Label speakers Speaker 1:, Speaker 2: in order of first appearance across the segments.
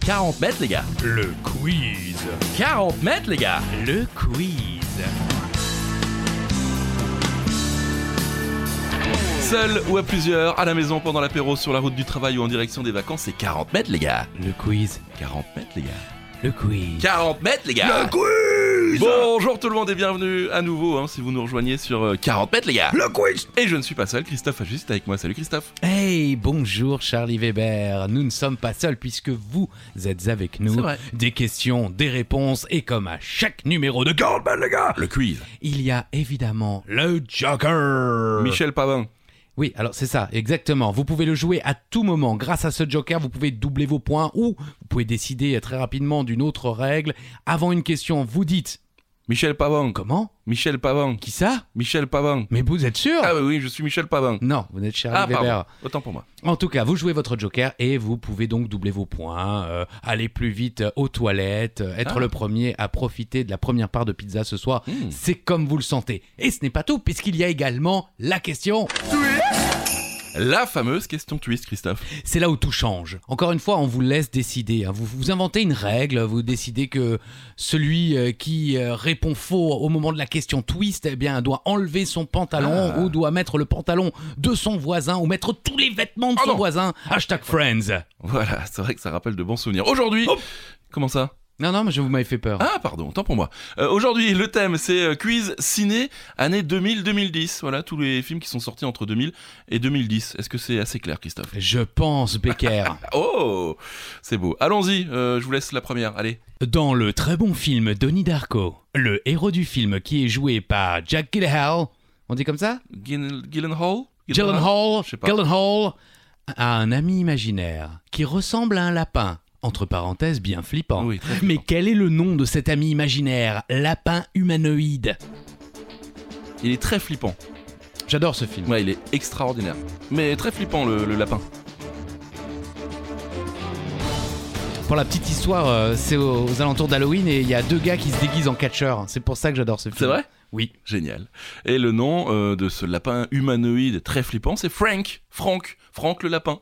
Speaker 1: 40 mètres, les gars.
Speaker 2: Le quiz.
Speaker 1: 40 mètres, les gars.
Speaker 2: Le quiz.
Speaker 1: Seul ou à plusieurs, à la maison, pendant l'apéro, sur la route du travail ou en direction des vacances, c'est 40 mètres, les gars.
Speaker 2: Le quiz.
Speaker 1: 40 mètres, les gars.
Speaker 2: Le quiz.
Speaker 1: 40 mètres, les gars.
Speaker 2: quiz.
Speaker 1: Bonjour tout le monde et bienvenue à nouveau hein, si vous nous rejoignez sur euh, 40 mètres les gars
Speaker 2: Le quiz.
Speaker 1: Et je ne suis pas seul, Christophe Agis est avec moi, salut Christophe
Speaker 2: Hey, bonjour Charlie Weber. Nous ne sommes pas seuls puisque vous êtes avec nous.
Speaker 1: C'est vrai.
Speaker 2: Des questions, des réponses et comme à chaque numéro de Goldman, les gars,
Speaker 1: Le quiz
Speaker 2: il y a évidemment le Joker.
Speaker 1: Michel Pavin
Speaker 2: Oui, alors c'est ça, exactement. Vous pouvez le jouer à tout moment. Grâce à ce joker, vous pouvez doubler vos points ou vous pouvez décider très rapidement d'une autre règle. Avant une question, vous dites
Speaker 1: Michel Pavin
Speaker 2: comment
Speaker 1: Michel Pavin
Speaker 2: Qui ça
Speaker 1: Michel Pavin
Speaker 2: Mais vous êtes sûr
Speaker 1: Ah oui, oui, je suis Michel Pavin
Speaker 2: Non, vous n'êtes Charlie
Speaker 1: Ah
Speaker 2: Weber.
Speaker 1: pardon, autant pour moi
Speaker 2: En tout cas, vous jouez votre joker et vous pouvez donc doubler vos points, euh, aller plus vite euh, aux toilettes, euh, être
Speaker 1: Ah.
Speaker 2: le premier à profiter de la première part de pizza ce soir.
Speaker 1: Hmm.
Speaker 2: C'est comme vous le sentez. Et ce n'est pas tout, puisqu'il y a également la question.
Speaker 1: La fameuse question twist Christophe
Speaker 2: C'est là où tout change. Encore une fois, on vous laisse décider. hein. Vous, vous inventez une règle, vous décidez que celui euh, qui euh, répond faux au moment de la question twist, eh bien, doit enlever son pantalon
Speaker 1: Ah.
Speaker 2: ou doit mettre le pantalon de son voisin ou mettre tous les vêtements de
Speaker 1: Oh
Speaker 2: son
Speaker 1: non.
Speaker 2: voisin. Hashtag friends.
Speaker 1: Voilà, c'est vrai que ça rappelle de bons souvenirs Aujourd'hui Comment ça
Speaker 2: Non, non, mais je vous m'avez fait peur.
Speaker 1: Ah pardon, autant pour moi Euh, Aujourd'hui, le thème c'est euh, quiz ciné année 2000-2010 Voilà, tous les films qui sont sortis entre 2000 et 2010 Est-ce que c'est assez clair Christophe
Speaker 2: Je pense, Becker.
Speaker 1: Oh, c'est beau. Allons-y, euh, je vous laisse la première. Allez.
Speaker 2: Dans le très bon film Donnie Darko, le héros du film qui est joué par Jack Gyllenhaal, on dit comme ça
Speaker 1: Gil- Gyllenhaal
Speaker 2: Gyllenhaal,
Speaker 1: Je sais pas.
Speaker 2: Gyllenhaal a un ami imaginaire qui ressemble à un lapin, entre parenthèses bien flippant.
Speaker 1: Oui, très
Speaker 2: Mais
Speaker 1: bien.
Speaker 2: quel est le nom de cet ami imaginaire Lapin humanoïde.
Speaker 1: Il est très flippant.
Speaker 2: J'adore ce film.
Speaker 1: Ouais, il est extraordinaire. Mais très flippant, le, le lapin.
Speaker 2: Pour la petite histoire, euh, c'est aux, aux alentours d'Halloween et il y a deux gars qui se déguisent en catcheurs. C'est pour ça que j'adore ce film.
Speaker 1: C'est vrai
Speaker 2: Oui.
Speaker 1: Génial. Et le nom euh, de ce lapin humanoïde très flippant, c'est Frank. Frank. Frank le lapin.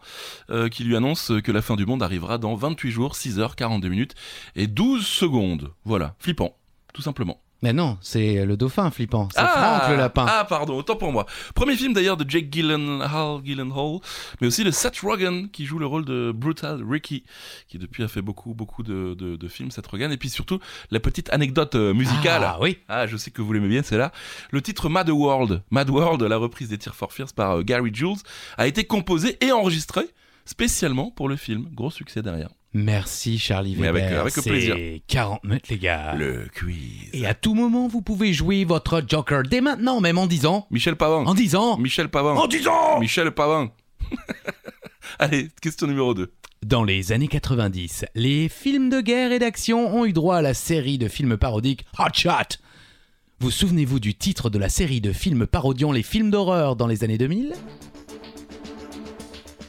Speaker 1: euh, qui lui annonce que la fin du monde arrivera dans 28 jours, 6h42 minutes et 12 secondes. Voilà. Flippant. Tout simplement.
Speaker 2: Mais non, c'est le dauphin flippant. C'est Franck le lapin.
Speaker 1: Ah, pardon, autant pour moi. Premier film d'ailleurs de Jake Gyllenhaal, Gyllenhaal, mais aussi de Seth Rogen qui joue le rôle de Brutal Ricky, qui depuis a fait beaucoup, beaucoup de, de- de films, Seth Rogen. Et puis surtout, la petite anecdote euh, musicale.
Speaker 2: Ah oui.
Speaker 1: Ah, je sais que vous l'aimez bien, c'est là. Le titre Mad World, Mad World, la reprise des Tears for Fears par euh, Gary Jules, a été composé et enregistré spécialement pour le film. Gros succès derrière.
Speaker 2: Merci Charlie
Speaker 1: Mais
Speaker 2: Weber.
Speaker 1: avec- avec le
Speaker 2: C'est
Speaker 1: plaisir.
Speaker 2: 40 mètres les gars.
Speaker 1: Le quiz.
Speaker 2: Et à tout moment, vous pouvez jouer votre Joker dès maintenant, même en 10 ans.
Speaker 1: Michel Pavan.
Speaker 2: En 10 ans
Speaker 1: Michel Pavan.
Speaker 2: En 10 ans
Speaker 1: Michel Pavan. Allez, question numéro 2.
Speaker 2: Dans les années 90, les films de guerre et d'action ont eu droit à la série de films parodiques Hot Shot. Vous souvenez-vous du titre de la série de films parodiant les films d'horreur dans les années 2000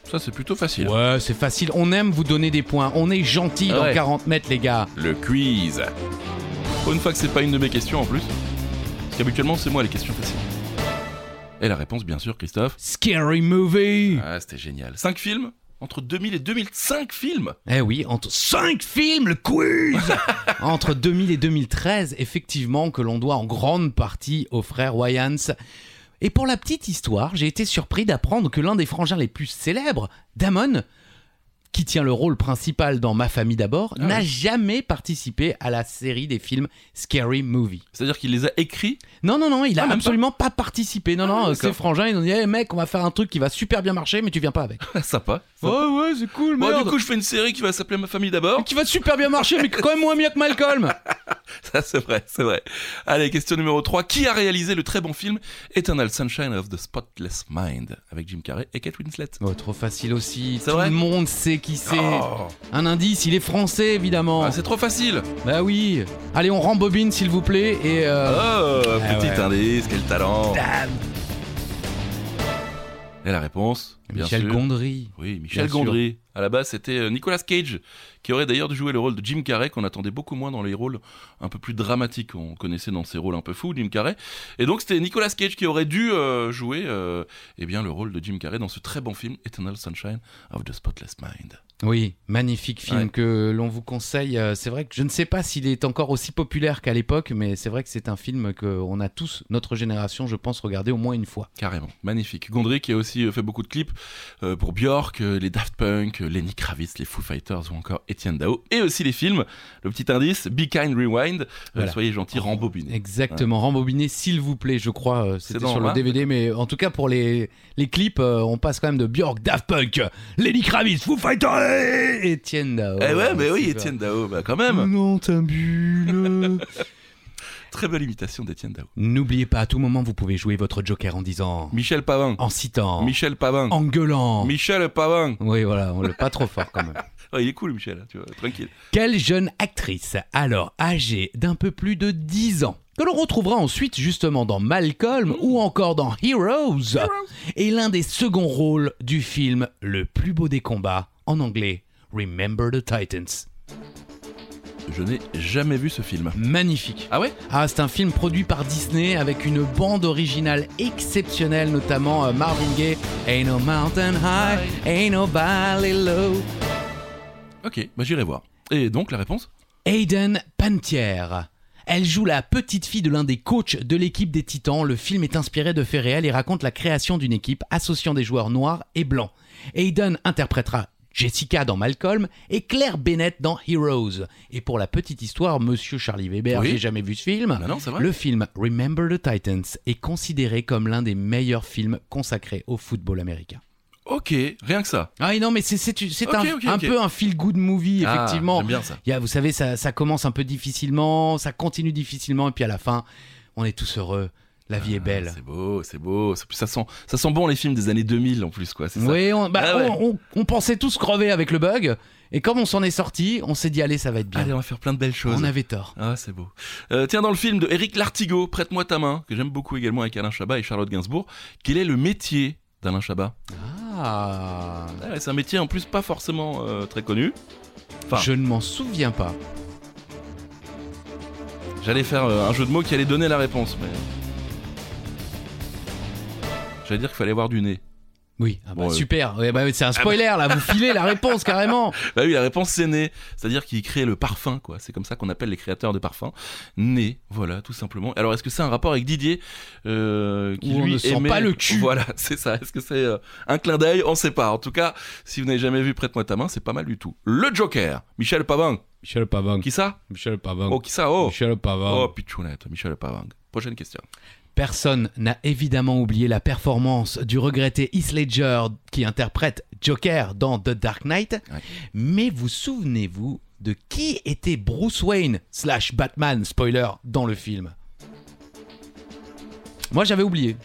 Speaker 1: Ça, c'est plutôt facile.
Speaker 2: Ouais, c'est facile, on aime vous donner des points, on est gentil dans
Speaker 1: Ouais.
Speaker 2: 40 mètres les gars.
Speaker 1: Le quiz. Pour une fois que c'est pas une de mes questions en plus. Parce qu'habituellement, c'est moi les questions faciles. Et la réponse, bien sûr, Christophe.
Speaker 2: Scary Movie
Speaker 1: Ah, c'était génial. 5 films Entre 2000 et 2005 films
Speaker 2: Eh oui, entre 5 films, le quiz Entre 2000 et 2013, effectivement, que l'on doit en grande partie aux frères Wayans. Et pour la petite histoire, j'ai été surpris d'apprendre que l'un des frangins les plus célèbres, Damon, qui tient le rôle principal dans Ma famille d'abord,
Speaker 1: Ah
Speaker 2: n'a
Speaker 1: oui.
Speaker 2: jamais participé à la série des films Scary Movie.
Speaker 1: C'est-à-dire qu'il les a écrits
Speaker 2: Non, non, non, il
Speaker 1: Ah,
Speaker 2: a
Speaker 1: même pas
Speaker 2: absolument pas, participé. Non,
Speaker 1: Ah,
Speaker 2: non,
Speaker 1: d'accord.
Speaker 2: ses frangins, ils ont dit, Eh, mec, on va faire un truc qui va super bien marcher, mais tu viens pas avec.
Speaker 1: Ah, Sympa.
Speaker 2: Ouais, ouais, c'est cool,
Speaker 1: Bon,
Speaker 2: Oh, merde.
Speaker 1: du coup, je fais une série qui va s'appeler Ma famille d'abord.
Speaker 2: Qui va super bien marcher, mais quand même moins mieux que Malcolm.
Speaker 1: Ça, c'est vrai, c'est vrai. Allez, question numéro 3. Qui a réalisé le très bon film Eternal Sunshine of the Spotless Mind Avec Jim Carrey et Kate Winslet.
Speaker 2: Oh, trop facile aussi.
Speaker 1: C'est
Speaker 2: Tout
Speaker 1: vrai
Speaker 2: le monde sait qui c'est. Oh.
Speaker 1: Oh.
Speaker 2: Un indice, il est français évidemment.
Speaker 1: Ah, c'est trop facile
Speaker 2: bah oui. Allez, on rembobine s'il vous plaît et. euh,
Speaker 1: Oh,
Speaker 2: Ah
Speaker 1: petit
Speaker 2: ouais.
Speaker 1: indice, quel talent
Speaker 2: dame.
Speaker 1: Et la réponse bien
Speaker 2: Michel
Speaker 1: sûr.
Speaker 2: Gondry.
Speaker 1: Oui, Michel
Speaker 2: Bien sûr.
Speaker 1: Gondry. À la base, c'était euh, Nicolas Cage, qui aurait d'ailleurs dû jouer le rôle de Jim Carrey, qu'on attendait beaucoup moins dans les rôles un peu plus dramatiques. On connaissait dans ses rôles un peu fous, Jim Carrey. Et donc, c'était Nicolas Cage qui aurait dû euh, jouer euh, eh bien, le rôle de Jim Carrey dans ce très bon film, Eternal Sunshine of the Spotless Mind.
Speaker 2: Oui, magnifique film
Speaker 1: Ouais.
Speaker 2: que l'on vous conseille. Euh, C'est vrai que je ne sais pas s'il est encore aussi populaire qu'à l'époque, mais c'est vrai que c'est un film qu'on a tous, notre génération, je pense, regardé au moins une fois.
Speaker 1: Carrément, magnifique. Gondry qui a aussi euh, fait beaucoup de clips euh, pour Björk, euh, les Daft Punk, euh, Lenny Kravitz, les Foo Fighters ou encore Étienne Dao. Et aussi les films. Le petit indice, Be Kind Rewind, euh,
Speaker 2: Voilà. Oh.
Speaker 1: soyez gentil, rembobinez.
Speaker 2: Exactement, rembobiné s'il vous plaît, je crois. euh, C'était
Speaker 1: dans
Speaker 2: sur le
Speaker 1: vingt,
Speaker 2: DVD, mais euh, en tout cas pour les, les clips, euh, on passe quand même de Björk, Daft Punk, Lenny Kravitz, Foo Fighters, et Étienne Dao.
Speaker 1: eh ouais, mais oui,
Speaker 2: Oh, Super. Mm.
Speaker 1: Étienne Dao, bah quand même.
Speaker 2: Non, ta bulle.
Speaker 1: Très belle imitation d'Étienne Dao.
Speaker 2: N'oubliez pas, à tout moment, vous pouvez jouer votre Joker en disant,
Speaker 1: Michel Pavin.
Speaker 2: en citant,
Speaker 1: Michel Pavin. Oh.
Speaker 2: en gueulant.
Speaker 1: Michel Pavin.
Speaker 2: Oui, voilà, on le pas trop fort quand même.
Speaker 1: Ouais, il est cool, Michel, hein, tu vois, tranquille.
Speaker 2: Quelle jeune actrice, alors âgée d'un peu plus de 10 ans, que l'on retrouvera ensuite justement dans Malcolm ou encore dans Heroes, est l'un des seconds rôles du film Le plus beau des combats, en anglais Remember the Titans.
Speaker 1: Je n'ai jamais vu ce film.
Speaker 2: Magnifique.
Speaker 1: Ah ouais
Speaker 2: Ah, c'est un film produit par Disney avec une bande originale exceptionnelle, notamment euh, Marvin Gaye. Ain't no mountain high, ain't no valley low.
Speaker 1: Ok, bah j'irai voir. Et donc la réponse
Speaker 2: Aiden Pantier. Elle joue la petite fille de l'un des coachs de l'équipe des Titans. Le film est inspiré de faits réels et raconte la création d'une équipe associant des joueurs noirs et blancs. Aiden interprétera Jessica dans Malcolm et Claire Bennett dans Heroes. Et pour la petite histoire, monsieur Charlie Weber,
Speaker 1: Oui.
Speaker 2: j'ai jamais vu ce film.
Speaker 1: Bah non, c'est vrai.
Speaker 2: Le film Remember the Titans est considéré comme l'un des meilleurs films consacrés au football américain.
Speaker 1: Ok, rien que ça.
Speaker 2: Ah et non, mais c'est- c'est c'est
Speaker 1: Ok,
Speaker 2: un,
Speaker 1: ok,
Speaker 2: un
Speaker 1: ok.
Speaker 2: peu un feel-good movie,
Speaker 1: Ah,
Speaker 2: effectivement.
Speaker 1: J'aime bien ça.
Speaker 2: Il y a- vous savez, ça, ça commence un peu difficilement, ça continue difficilement, et puis à la fin, on est tous heureux. La vie est belle.
Speaker 1: C'est beau, c'est beau. Ça- Ça sent, ça sent bon les films des années 2000 en plus, quoi. C'est ça.
Speaker 2: Oui, on, bah,
Speaker 1: Ah ouais.
Speaker 2: on, on- on pensait tous crever avec le bug, et comme on s'en est sorti, on s'est dit allez, ça va être bien.
Speaker 1: Allez, on va faire plein de belles choses.
Speaker 2: on avait tort.
Speaker 1: Ah, c'est beau. Euh, tiens, dans le film de Eric Lartigot, Prête-moi ta main, que j'aime beaucoup également avec Alain Chabat et Charlotte Gainsbourg, quel est le métier d'Alain Chabat
Speaker 2: Ah,
Speaker 1: Ah ouais, C'est un métier en plus pas forcément euh, très connu. Enfin.
Speaker 2: je ne m'en souviens pas.
Speaker 1: J'allais faire euh, un jeu de mots qui allait donner la réponse, mais. J'allais dire qu'il fallait avoir du nez.
Speaker 2: Oui, ah bah,
Speaker 1: Bon, euh.
Speaker 2: super. Ouais, bah, c'est un spoiler là, vous filez la réponse carrément.
Speaker 1: Bah oui, la réponse c'est né, c'est-à-dire qu'il crée le parfum, quoi. C'est comme ça qu'on appelle les créateurs de parfums. Né, voilà, tout simplement. Alors est-ce que c'est un rapport avec Didier euh, qui
Speaker 2: Où on
Speaker 1: lui
Speaker 2: ne sent
Speaker 1: aimait-
Speaker 2: pas le cul.
Speaker 1: Voilà, c'est ça. Est-ce que c'est euh, un clin d'œil On sait pas. En tout cas, si vous n'avez jamais vu Prête-moi ta main, c'est pas mal du tout. Le Joker, Michel Pavang.
Speaker 2: Michel Pavang,
Speaker 1: Qui ça
Speaker 2: Michel Pavang,
Speaker 1: Oh, qui ça Oh,
Speaker 2: Michel Pavang.
Speaker 1: oh pitchounette, Michel Pavang. Prochaine question.
Speaker 2: Personne n'a évidemment oublié la performance du regretté Heath Ledger qui interprète Joker dans The Dark Knight,
Speaker 1: Ouais.
Speaker 2: mais vous souvenez-vous de qui était Bruce Wayne slash Batman, spoiler, dans le film Moi j'avais oublié.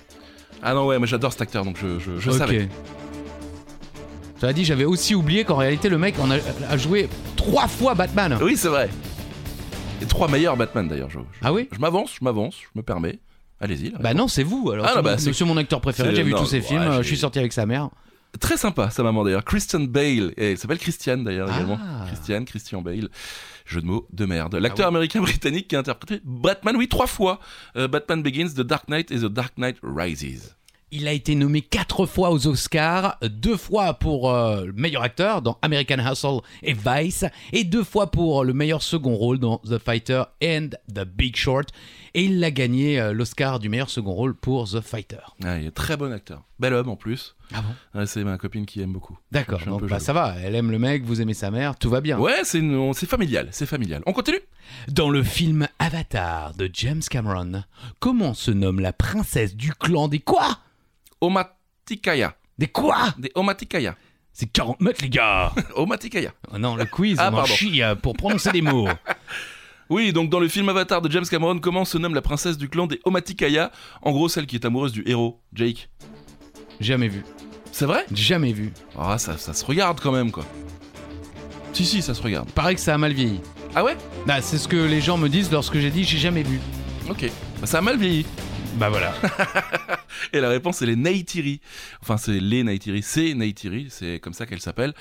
Speaker 1: Ah non, ouais, mais j'adore cet acteur, donc je, je, je
Speaker 2: Ok.
Speaker 1: savais.
Speaker 2: Cela dit, j'avais aussi oublié qu'en réalité le mec en a, a joué trois fois Batman.
Speaker 1: Oui, c'est vrai. Et trois meilleurs Batman d'ailleurs. Je, je-
Speaker 2: Ah oui
Speaker 1: je m'avance, je m'avance, je me permets. Allez-y. la
Speaker 2: Bah non, c'est vous. Alors,
Speaker 1: Ah,
Speaker 2: c'est
Speaker 1: non, bah,
Speaker 2: mon-
Speaker 1: c'est-
Speaker 2: c'est mon acteur préféré.
Speaker 1: c'est-
Speaker 2: J'ai vu
Speaker 1: non,
Speaker 2: tous ses
Speaker 1: ouais,
Speaker 2: films. euh, je
Speaker 1: j'ai-
Speaker 2: suis sorti avec sa mère.
Speaker 1: Très sympa, sa maman d'ailleurs. Christian Bale. Et elle s'appelle Christiane d'ailleurs
Speaker 2: Ah.
Speaker 1: également. Christiane, Christian Bale. Jeu de mots de merde. L'acteur
Speaker 2: Ah
Speaker 1: américain-britannique qui a interprété Batman, oui, trois fois. Euh, Batman Begins, The Dark Knight et The Dark Knight Rises.
Speaker 2: Il a été nommé quatre fois aux Oscars, deux fois pour euh, le meilleur acteur dans American Hustle et Vice, et deux fois pour le meilleur second rôle dans The Fighter and The Big Short. Et il a gagné euh, l'Oscar du meilleur second rôle pour The Fighter.
Speaker 1: Ah, il est très bon acteur. Bel homme en plus.
Speaker 2: Ah bon
Speaker 1: Ouais, c'est ma copine qui aime beaucoup.
Speaker 2: D'accord,
Speaker 1: Je suis un
Speaker 2: donc
Speaker 1: peu
Speaker 2: bah,
Speaker 1: jaloux.
Speaker 2: ça va, elle aime le mec, vous aimez sa mère, tout va bien.
Speaker 1: Ouais, c'est une- on- c'est familial, c'est familial. On continue
Speaker 2: Dans le film Avatar de James Cameron, comment se nomme la princesse du clan des quoi
Speaker 1: Omatikaya.
Speaker 2: Des quoi
Speaker 1: Des Omatikaya.
Speaker 2: C'est 40 mètres les gars
Speaker 1: Omatikaya.
Speaker 2: Oh Non, le quiz,
Speaker 1: Ah,
Speaker 2: on en
Speaker 1: pardon.
Speaker 2: chie euh, pour prononcer des mots.
Speaker 1: Oui, donc dans le film Avatar de James Cameron, comment se nomme la princesse du clan des Omatikaya En gros, celle qui est amoureuse du héros, Jake.
Speaker 2: Jamais vu.
Speaker 1: C'est vrai
Speaker 2: Jamais vu.
Speaker 1: Ah, ça, ça se regarde quand même, quoi. Si, si, ça se regarde.
Speaker 2: Pareil que ça a mal vieilli.
Speaker 1: Ah ouais
Speaker 2: Bah, c'est ce que les gens me disent lorsque j'ai dit j'ai jamais vu.
Speaker 1: Ok. Bah, ça a mal vieilli.
Speaker 2: Bah voilà.
Speaker 1: Et la réponse, c'est les Neytiri. Enfin, c'est les Neytiri, c'est Neytiri, c'est comme ça qu'elle s'appelle.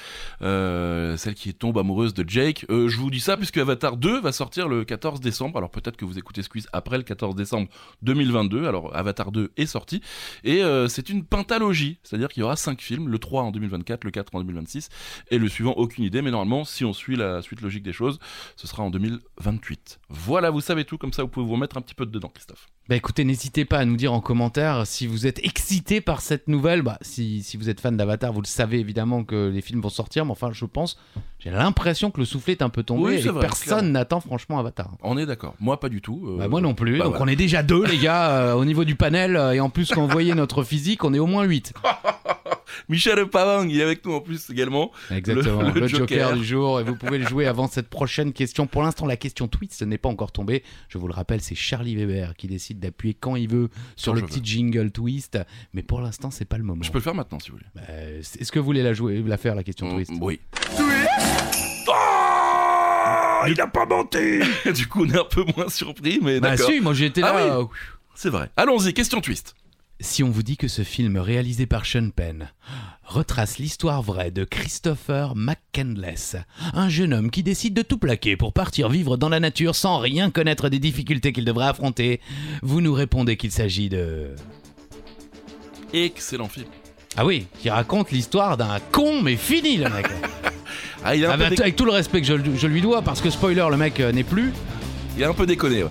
Speaker 1: Euh, celle qui tombe amoureuse de Jake. Euh, je vous dis ça puisque Avatar 2 va sortir le 14 décembre. Alors peut-être que vous écoutez Squeeze après le 14 décembre 2022. Alors Avatar 2 est sorti. Et euh, c'est une pentalogie. C'est-à-dire qu'il y aura 5 films, le 3 en 2024, le 4 en 2026 et le suivant, aucune idée. Mais normalement, si on suit la suite logique des choses, ce sera en 2028. Voilà, vous savez tout. Comme ça, vous pouvez vous remettre un petit peu dedans, Christophe.
Speaker 2: Bah écoutez, n'hésitez pas à nous dire en commentaire si vous êtes excité par cette nouvelle. Bah, si, si vous êtes fan d'Avatar, vous le savez évidemment que les films vont sortir, mais enfin, je pense, j'ai l'impression que le soufflet est un peu tombé
Speaker 1: Oui,
Speaker 2: et
Speaker 1: c'est vrai, clairement.
Speaker 2: personne n'attend franchement Avatar.
Speaker 1: On est d'accord. Moi, pas du tout. Euh,
Speaker 2: Bah moi non plus,
Speaker 1: bah
Speaker 2: donc
Speaker 1: voilà.
Speaker 2: on est déjà deux les gars euh, au niveau du panel euh, et en plus quand vous voyez notre physique on est au moins 8.
Speaker 1: Michel Pavang, il est avec nous en plus également.
Speaker 2: Exactement,
Speaker 1: Le-
Speaker 2: le,
Speaker 1: le
Speaker 2: joker.
Speaker 1: Joker.
Speaker 2: du jour et vous pouvez le jouer avant cette prochaine question. Pour l'instant la question tweet ce n'est pas encore tombé. Je vous le rappelle c'est Charlie Weber qui décide d'appuyer quand il veut sur
Speaker 1: Quand
Speaker 2: le
Speaker 1: je
Speaker 2: petit
Speaker 1: veux.
Speaker 2: jingle twist mais pour l'instant c'est pas le moment.
Speaker 1: Je peux le faire maintenant si vous voulez.
Speaker 2: Bah, c'est- Est-ce que vous voulez la jouer, la faire la question twist
Speaker 1: Mm, Oui. Ah,
Speaker 3: il n'a pas menti
Speaker 1: du coup, on est un peu moins surpris, mais
Speaker 2: Bah
Speaker 1: d'accord.
Speaker 2: si, moi j'étais là.
Speaker 1: Ah oui.
Speaker 2: euh,
Speaker 1: C'est vrai. Allons-y, question twist.
Speaker 2: Si on vous dit que ce film réalisé par Sean Penn retrace l'histoire vraie de Christopher McCandless, un jeune homme qui décide de tout plaquer pour partir vivre dans la nature sans rien connaître des difficultés qu'il devrait affronter, vous nous répondez qu'il s'agit de...
Speaker 1: Excellent film.
Speaker 2: Ah oui, qui raconte l'histoire d'un con mais fini le mec.
Speaker 1: Ah, il est un,
Speaker 2: Ah
Speaker 1: peu,
Speaker 2: bah,
Speaker 1: dé-
Speaker 2: avec tout le respect que je, je lui dois parce que spoiler le mec euh, n'est plus.
Speaker 1: il est un peu déconné. ouais.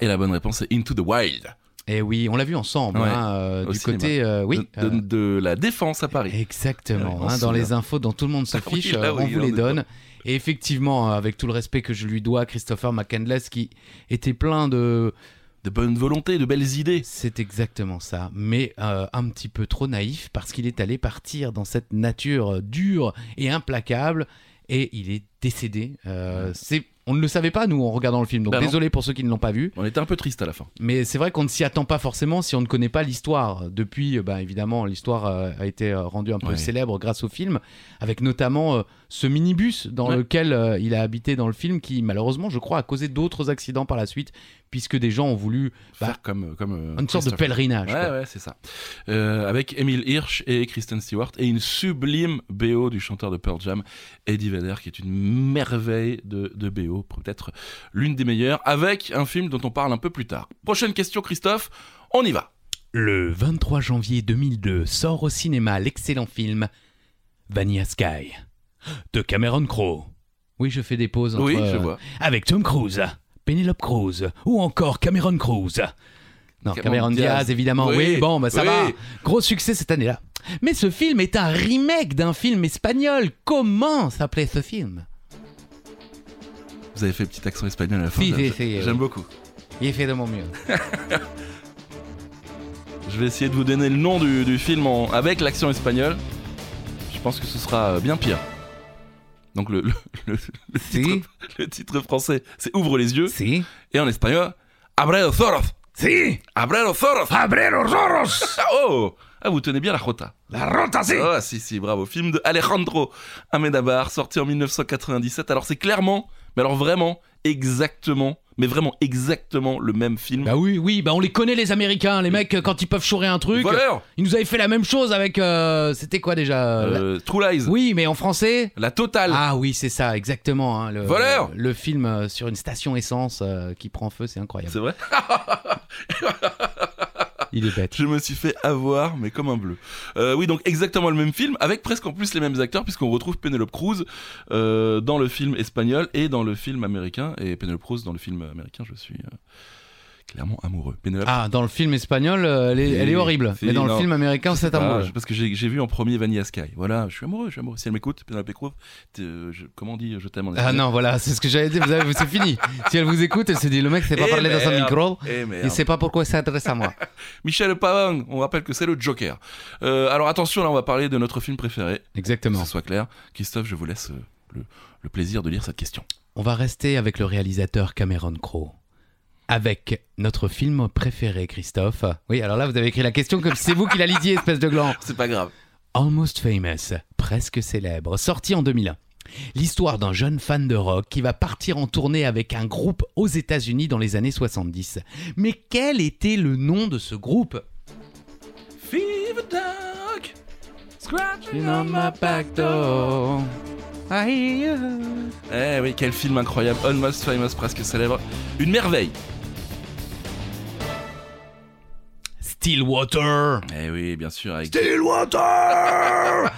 Speaker 1: Et la bonne réponse est Into the Wild.
Speaker 2: Eh oui, on l'a vu ensemble
Speaker 1: Ouais,
Speaker 2: hein, euh,
Speaker 1: au
Speaker 2: du
Speaker 1: cinéma.
Speaker 2: côté euh, oui.
Speaker 1: De, de-
Speaker 2: euh,
Speaker 1: de la défense à Paris.
Speaker 2: Exactement,
Speaker 1: Ouais, Euh, on
Speaker 2: hein,
Speaker 1: se
Speaker 2: dans les
Speaker 1: souvient.
Speaker 2: infos dont tout le monde se
Speaker 1: Ah oui,
Speaker 2: fiche,
Speaker 1: là,
Speaker 2: euh, on
Speaker 1: oui,
Speaker 2: vous
Speaker 1: on
Speaker 2: les
Speaker 1: est
Speaker 2: donne. Et effectivement, euh, avec tout le respect que je lui dois, Christopher McCandless, qui était plein de...
Speaker 1: De bonne volonté, de belles idées.
Speaker 2: C'est exactement ça, mais euh, un petit peu trop naïf, parce qu'il est allé partir dans cette nature euh, dure et implacable, et il est décédé. Euh, c'est... On ne le savait pas, nous, en regardant le film, donc
Speaker 1: Bah non.
Speaker 2: désolé pour ceux qui ne l'ont pas vu.
Speaker 1: On était un peu triste à la fin.
Speaker 2: Mais c'est vrai qu'on ne s'y attend pas forcément si on ne connaît pas l'histoire. Depuis, euh, bah, évidemment, l'histoire euh, a été euh, rendue un peu
Speaker 1: Ouais.
Speaker 2: célèbre grâce au film, avec notamment euh, ce minibus dans
Speaker 1: Ouais.
Speaker 2: lequel euh, il a habité dans le film, qui malheureusement, je crois, a causé d'autres accidents par la suite, puisque des gens ont voulu Bah,
Speaker 1: Faire comme. comme euh,
Speaker 2: une sorte de
Speaker 1: Christopher.
Speaker 2: pèlerinage.
Speaker 1: Ouais,
Speaker 2: quoi.
Speaker 1: ouais, c'est ça. Euh, avec Emile Hirsch et Kristen Stewart et une sublime BO du chanteur de Pearl Jam, Eddie Vedder, qui est une merveille de, de BO, peut-être l'une des meilleures, avec un film dont on parle un peu plus tard. Prochaine question, Christophe, on y va.
Speaker 2: Le 23 janvier 2002 sort au cinéma l'excellent film Vanilla Sky de Cameron Crowe. Oui, je fais des pauses.
Speaker 1: oui,
Speaker 2: entre,
Speaker 1: je
Speaker 2: euh,
Speaker 1: vois.
Speaker 2: avec Tom Cruise, Penelope Cruz ou encore Cameron Cruz. Non,
Speaker 1: Cameron
Speaker 2: Cameron Diaz,
Speaker 1: Diaz,
Speaker 2: évidemment. Oui,
Speaker 1: Oui,
Speaker 2: bon, bah, ça
Speaker 1: oui.
Speaker 2: va. Gros succès cette année-là. Mais ce film est un remake d'un film espagnol. Comment s'appelait ce film
Speaker 1: Vous avez fait petit accent espagnol à la fin.
Speaker 2: Si,
Speaker 1: j'aime-
Speaker 2: j'ai essayé,
Speaker 1: J'aime
Speaker 2: oui.
Speaker 1: beaucoup.
Speaker 2: J'ai fait de mon mieux.
Speaker 1: Je vais essayer de vous donner le nom du, du film en- avec l'action espagnole. Je pense que ce sera euh, bien pire. Donc le, le- le- le
Speaker 2: si,
Speaker 1: titre, le titre français, c'est Ouvre les yeux.
Speaker 2: si,
Speaker 1: Et en espagnol, Abre los ojos.
Speaker 2: si
Speaker 1: Abre los ojos.
Speaker 3: Abrez los zorros
Speaker 1: Ah, oh Ah, vous tenez bien la rota.
Speaker 3: La rota,
Speaker 2: Euh.
Speaker 3: si
Speaker 1: Ah, si, si, bravo. Film de Alejandro Amenabar, sorti en 1997. Alors, c'est clairement, mais alors vraiment, exactement, mais vraiment exactement le même film.
Speaker 2: Bah oui, oui, bah on les connaît les Américains, les mecs quand ils peuvent chourer un truc.
Speaker 1: Voleur
Speaker 2: Ils nous avaient fait la même chose avec... euh, C'était quoi déjà La-
Speaker 1: Euh, True Lies
Speaker 2: Oui, mais en français
Speaker 1: La totale
Speaker 2: Ah oui, c'est ça, exactement. hein, le,
Speaker 1: Voleur
Speaker 2: le, le film euh, sur une station essence euh, qui prend feu, c'est incroyable.
Speaker 1: C'est vrai
Speaker 2: Il est bête.
Speaker 1: Je me suis fait avoir, mais comme un bleu. Euh, oui, donc exactement le même film, avec presque en plus les mêmes acteurs, puisqu'on retrouve Penelope Cruz euh, dans le film espagnol et dans le film américain. Et Penelope Cruz dans le film américain, je suis euh, clairement amoureux. Penelope
Speaker 2: Ah, dans le film espagnol, euh, elle est, elle est
Speaker 1: Si,
Speaker 2: horrible.
Speaker 1: si,
Speaker 2: mais dans le
Speaker 1: non.
Speaker 2: film américain, c'est
Speaker 1: Ah,
Speaker 2: amoureux.
Speaker 1: je- parce que j'ai j'ai vu en premier Vanilla Sky. Voilà, je suis amoureux, je suis amoureux. Si elle m'écoute, Penelope Cruz, t'es, euh, je- comment on dit je t'aime en
Speaker 2: Ah
Speaker 1: espagnol
Speaker 2: non, voilà, c'est ce que j'avais dit. Vous avez, c'est fini. Si elle vous écoute, elle se dit le mec sait pas
Speaker 1: Eh
Speaker 2: parler dans un
Speaker 1: merde,
Speaker 2: micro.
Speaker 1: eh merde.
Speaker 2: Il sait pas pourquoi il s'adresse à moi.
Speaker 1: Michel Pavang, on rappelle que c'est le Joker. Euh, alors attention, là on va parler de notre film préféré, que
Speaker 2: Exactement.
Speaker 1: ce soit clair. Christophe, je vous laisse euh, le, le plaisir de lire cette question.
Speaker 2: On va rester avec le réalisateur Cameron Crowe. Avec notre film préféré, Christophe. Oui, alors là, vous avez écrit la question comme si c'est vous qui la lisiez, espèce de gland.
Speaker 1: C'est pas grave.
Speaker 2: Almost Famous, presque célèbre, sorti en 2001. l'histoire d'un jeune fan de rock qui va partir en tournée avec un groupe aux États-Unis dans les années 70. Mais quel était le nom de ce groupe
Speaker 1: Fever Dog,
Speaker 2: Been
Speaker 1: scratching
Speaker 2: on my back door. I hear you.
Speaker 1: Eh oui, quel film incroyable, Almost Famous, presque célèbre, une merveille.
Speaker 2: Stillwater.
Speaker 1: Eh oui, bien sûr, avec...
Speaker 3: Stillwater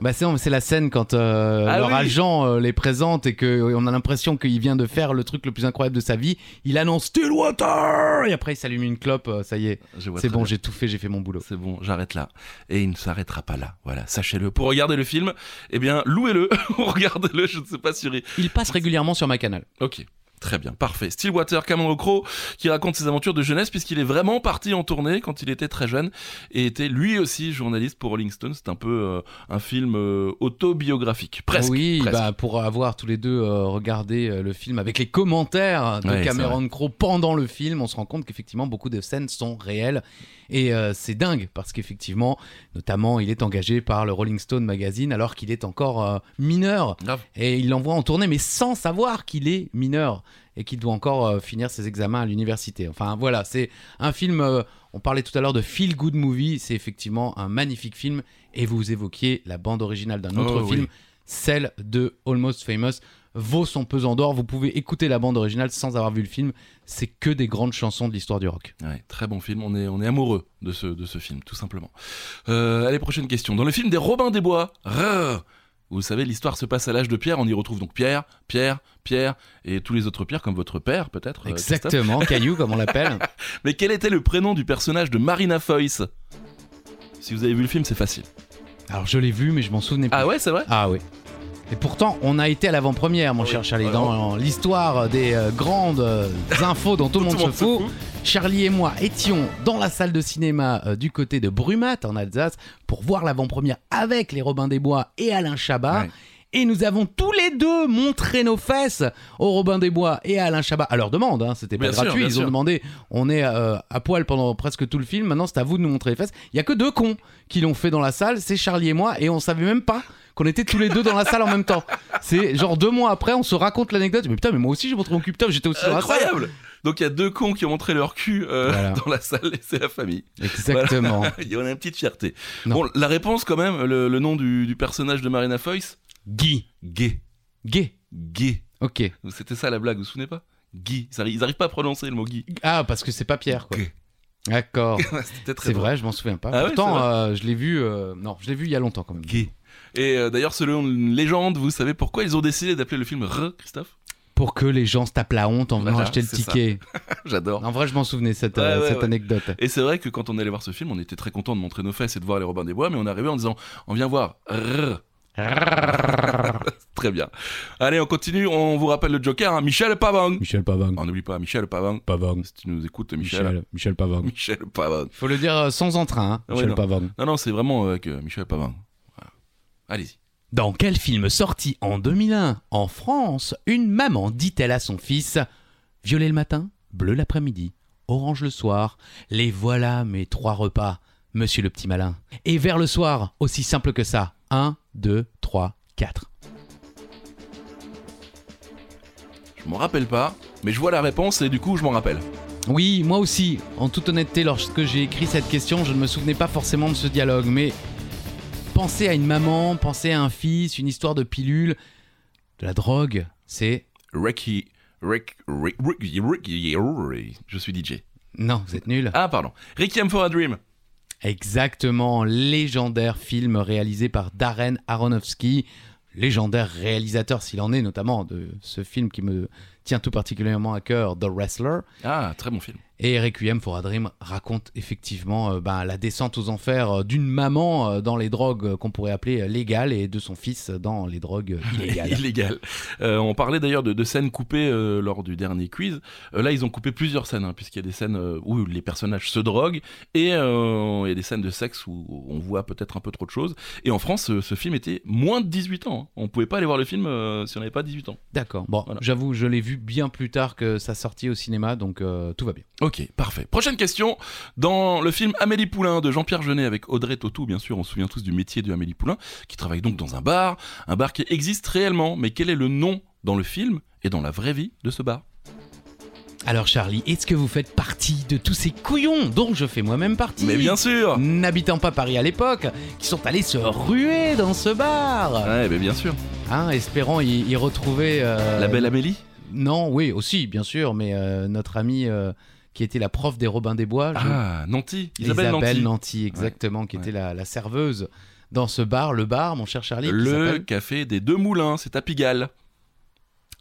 Speaker 2: Bah c'est, c'est la scène quand euh,
Speaker 1: Ah
Speaker 2: leur
Speaker 1: oui.
Speaker 2: agent euh, les présente et que euh, on a l'impression qu'il vient de faire le truc le plus incroyable de sa vie. Il annonce Stillwater et après il s'allume une clope. euh, ça y est,
Speaker 1: Je vois
Speaker 2: c'est
Speaker 1: très
Speaker 2: bon,
Speaker 1: bien.
Speaker 2: j'ai tout fait, j'ai fait mon boulot.
Speaker 1: C'est bon, j'arrête là. Et il ne s'arrêtera pas là. Voilà, sachez-le. Pour regarder le film, eh bien, louez-le. ou Regardez-le, je ne sais pas sur...
Speaker 2: Il passe régulièrement sur ma canal.
Speaker 1: Ok. Très bien, parfait. Stillwater, Cameron Crowe, qui raconte ses aventures de jeunesse puisqu'il est vraiment parti en tournée quand il était très jeune et était lui aussi journaliste pour Rolling Stone. C'est un peu euh, un film euh, autobiographique, presque.
Speaker 2: oui,
Speaker 1: presque.
Speaker 2: bah, pour avoir tous les deux euh, regardé euh, le film avec les commentaires de
Speaker 1: Ouais, c'est
Speaker 2: Cameron Crowe pendant le film, on se rend compte qu'effectivement beaucoup de scènes sont réelles et euh, c'est dingue parce qu'effectivement, notamment, il est engagé par le Rolling Stone magazine alors qu'il est encore euh, mineur
Speaker 1: Grave.
Speaker 2: et il l'envoie en tournée mais sans savoir qu'il est mineur et qu'il doit encore euh, finir ses examens à l'université. Enfin voilà, c'est un film. euh, on parlait tout à l'heure de Feel Good Movie, c'est effectivement un magnifique film et vous évoquiez la bande originale d'un autre
Speaker 1: Oh,
Speaker 2: film
Speaker 1: oui.
Speaker 2: celle de Almost Famous vaut son pesant d'or. Vous pouvez écouter la bande originale sans avoir vu le film. C'est que des grandes chansons de l'histoire du rock.
Speaker 1: Ouais, très bon film, on est, on est amoureux de ce, de ce film, tout simplement. Euh, allez, prochaine question. Dans le film des Robins des Bois, rrr, vous savez, l'histoire se passe à l'âge de Pierre, on y retrouve donc Pierre, Pierre, Pierre et tous les autres Pierres, comme votre père peut-être. euh, Christophe.
Speaker 2: Exactement, Caillou comme on l'appelle.
Speaker 1: Mais quel était le prénom du personnage de Marina Foïs Si vous avez vu le film, c'est facile.
Speaker 2: Alors je l'ai vu mais je m'en souvenais plus.
Speaker 1: Ah ouais, c'est vrai
Speaker 2: Ah oui. Et pourtant, on a été à l'avant-première, mon
Speaker 1: Oui.
Speaker 2: cher Charlie, dans l'histoire des euh, grandes euh, infos dont tout le monde se fout. Charlie et moi étions dans la salle de cinéma euh, du côté de Brumat en Alsace pour voir l'avant-première avec les Robins des Bois et Alain Chabat.
Speaker 1: Ouais.
Speaker 2: Et nous avons tous les deux montré nos fesses aux Robins des Bois et à Alain Chabat. À leur demande, hein, c'était pas
Speaker 1: Bien sûr,
Speaker 2: gratuit.
Speaker 1: bien
Speaker 2: ils
Speaker 1: sûr.
Speaker 2: ont demandé, on est euh, à poil pendant presque tout le film. Maintenant, c'est à vous de nous montrer les fesses. Il y a que deux cons qui l'ont fait dans la salle, c'est Charlie et moi, et on savait même pas qu'on était tous les deux dans la salle en même temps. C'est genre deux mois après, on se raconte l'anecdote. Mais putain, mais moi aussi j'ai montré mon cul. Putain, j'étais aussi dans la salle.
Speaker 1: Incroyable Donc il y a deux cons qui ont montré leur cul euh,
Speaker 2: Voilà.
Speaker 1: dans la salle et c'est la famille.
Speaker 2: Exactement.
Speaker 1: Il y en a une petite fierté.
Speaker 2: Non.
Speaker 1: Bon, la réponse quand même, le, le nom du, du personnage de Marina Foïs
Speaker 2: Guy,
Speaker 1: Gay.
Speaker 2: gay.
Speaker 1: Gay.
Speaker 2: Ok.
Speaker 1: Donc, C'était ça la blague, vous vous souvenez pas Guy. Ils arrivent, ils arrivent pas à prononcer le mot Guy.
Speaker 2: Ah, parce que c'est pas Pierre, quoi.
Speaker 1: Gay.
Speaker 2: D'accord.
Speaker 1: C'était très
Speaker 2: C'est
Speaker 1: drôle.
Speaker 2: vrai, je m'en souviens pas.
Speaker 1: Ah ouais,
Speaker 2: Pourtant,
Speaker 1: c'est vrai.
Speaker 2: euh, je l'ai vu. euh, Non, je l'ai vu il y a longtemps quand même.
Speaker 1: Gay. Et euh, d'ailleurs, selon une légende, vous savez pourquoi ils ont décidé d'appeler le film R, Christophe
Speaker 2: Pour que les gens se tapent la honte en venant
Speaker 1: Voilà,
Speaker 2: acheter le
Speaker 1: c'est
Speaker 2: ticket.
Speaker 1: J'adore.
Speaker 2: En vrai, je m'en souvenais cette,
Speaker 1: Ouais,
Speaker 2: euh,
Speaker 1: ouais,
Speaker 2: cette
Speaker 1: ouais.
Speaker 2: anecdote.
Speaker 1: Et c'est vrai que quand on allait voir ce film, on était très content de montrer nos fesses et de voir les Robins des Bois, mais on arrivait en disant on vient voir R. Très bien. Allez, on continue. On vous rappelle le Joker, hein, Michel Pavang.
Speaker 2: Michel Pavang.
Speaker 1: On n'oublie pas Michel Pavang.
Speaker 2: Pavang.
Speaker 1: Si tu nous écoutes, Michel.
Speaker 2: Michel. Michel Pavang.
Speaker 1: Michel Pavang.
Speaker 2: Faut le dire euh, sans entrain, hein,
Speaker 1: Ouais,
Speaker 2: Michel
Speaker 1: non.
Speaker 2: Pavang.
Speaker 1: Non, non, c'est vraiment avec euh, Michel Pavang. Voilà. Allez-y.
Speaker 2: Dans quel film sorti en 2001 en France, une maman dit-elle à son fils Violet le matin, bleu l'après-midi, orange le soir, les voilà mes trois repas, monsieur le petit malin. Et vers le soir, aussi simple que ça 1, 2, 3, 4.
Speaker 1: Je m'en rappelle pas, mais je vois la réponse et du coup, je m'en rappelle.
Speaker 2: Oui, moi aussi, en toute honnêteté, lorsque j'ai écrit cette question, je ne me souvenais pas forcément de ce dialogue, mais penser à une maman, penser à un fils, une histoire de pilule, de la drogue, c'est.
Speaker 1: Ricky. Rick, Rick, Rick, Rick- Rick- je suis DJ.
Speaker 2: Non, vous êtes nul.
Speaker 1: Ah, pardon. Requiem for a Dream.
Speaker 2: Exactement, légendaire film réalisé par Darren Aronofsky, légendaire réalisateur s'il en est, notamment de ce film qui me tient tout particulièrement à cœur, The Wrestler.
Speaker 1: Ah, très bon film.
Speaker 2: Et Requiem for a Dream raconte effectivement euh, ben, la descente aux enfers euh, d'une maman euh, dans les drogues euh, qu'on pourrait appeler euh, légales et de son fils dans les drogues euh, illégales.
Speaker 1: Illégal. Euh, on parlait d'ailleurs de, de scènes coupées euh, lors du dernier quiz. Euh, là, ils ont coupé plusieurs scènes, hein, puisqu'il y a des scènes euh, où les personnages se droguent et euh, il y a des scènes de sexe où on voit peut-être un peu trop de choses. Et en France, euh, ce, ce film était moins de 18 ans. hein. On pouvait pas aller voir le film euh, si on n'avait pas 18 ans.
Speaker 2: D'accord, bon,
Speaker 1: Voilà.
Speaker 2: j'avoue, je l'ai vu bien plus tard que sa sortie au cinéma, donc euh, tout va bien.
Speaker 1: Ok, Ok, parfait. Prochaine question. Dans le film Amélie Poulain de Jean-Pierre Jeunet avec Audrey Tautou, bien sûr, on se souvient tous du métier de Amélie Poulain, qui travaille donc dans un bar, un bar qui existe réellement, mais quel est le nom dans le film et dans la vraie vie de ce bar
Speaker 2: Alors Charlie, est-ce que vous faites partie de tous ces couillons dont je fais moi-même partie
Speaker 1: Mais bien sûr
Speaker 2: N'habitant pas Paris à l'époque, qui sont allés se ruer dans ce bar
Speaker 1: Ouais, mais bien sûr.
Speaker 2: hein, Espérant y, y retrouver... euh,
Speaker 1: La belle Amélie
Speaker 2: Non, oui, aussi, bien sûr, mais euh, notre amie euh, qui était la prof des Robins des Bois... je-
Speaker 1: Ah, Nanty. Isabelle, Nanty.
Speaker 2: Nanty, exactement, qui
Speaker 1: ouais.
Speaker 2: était la, la serveuse dans ce bar, le bar, mon cher Charlie. qui
Speaker 1: Le
Speaker 2: s'appelle-
Speaker 1: café des deux moulins, c'est à Pigalle.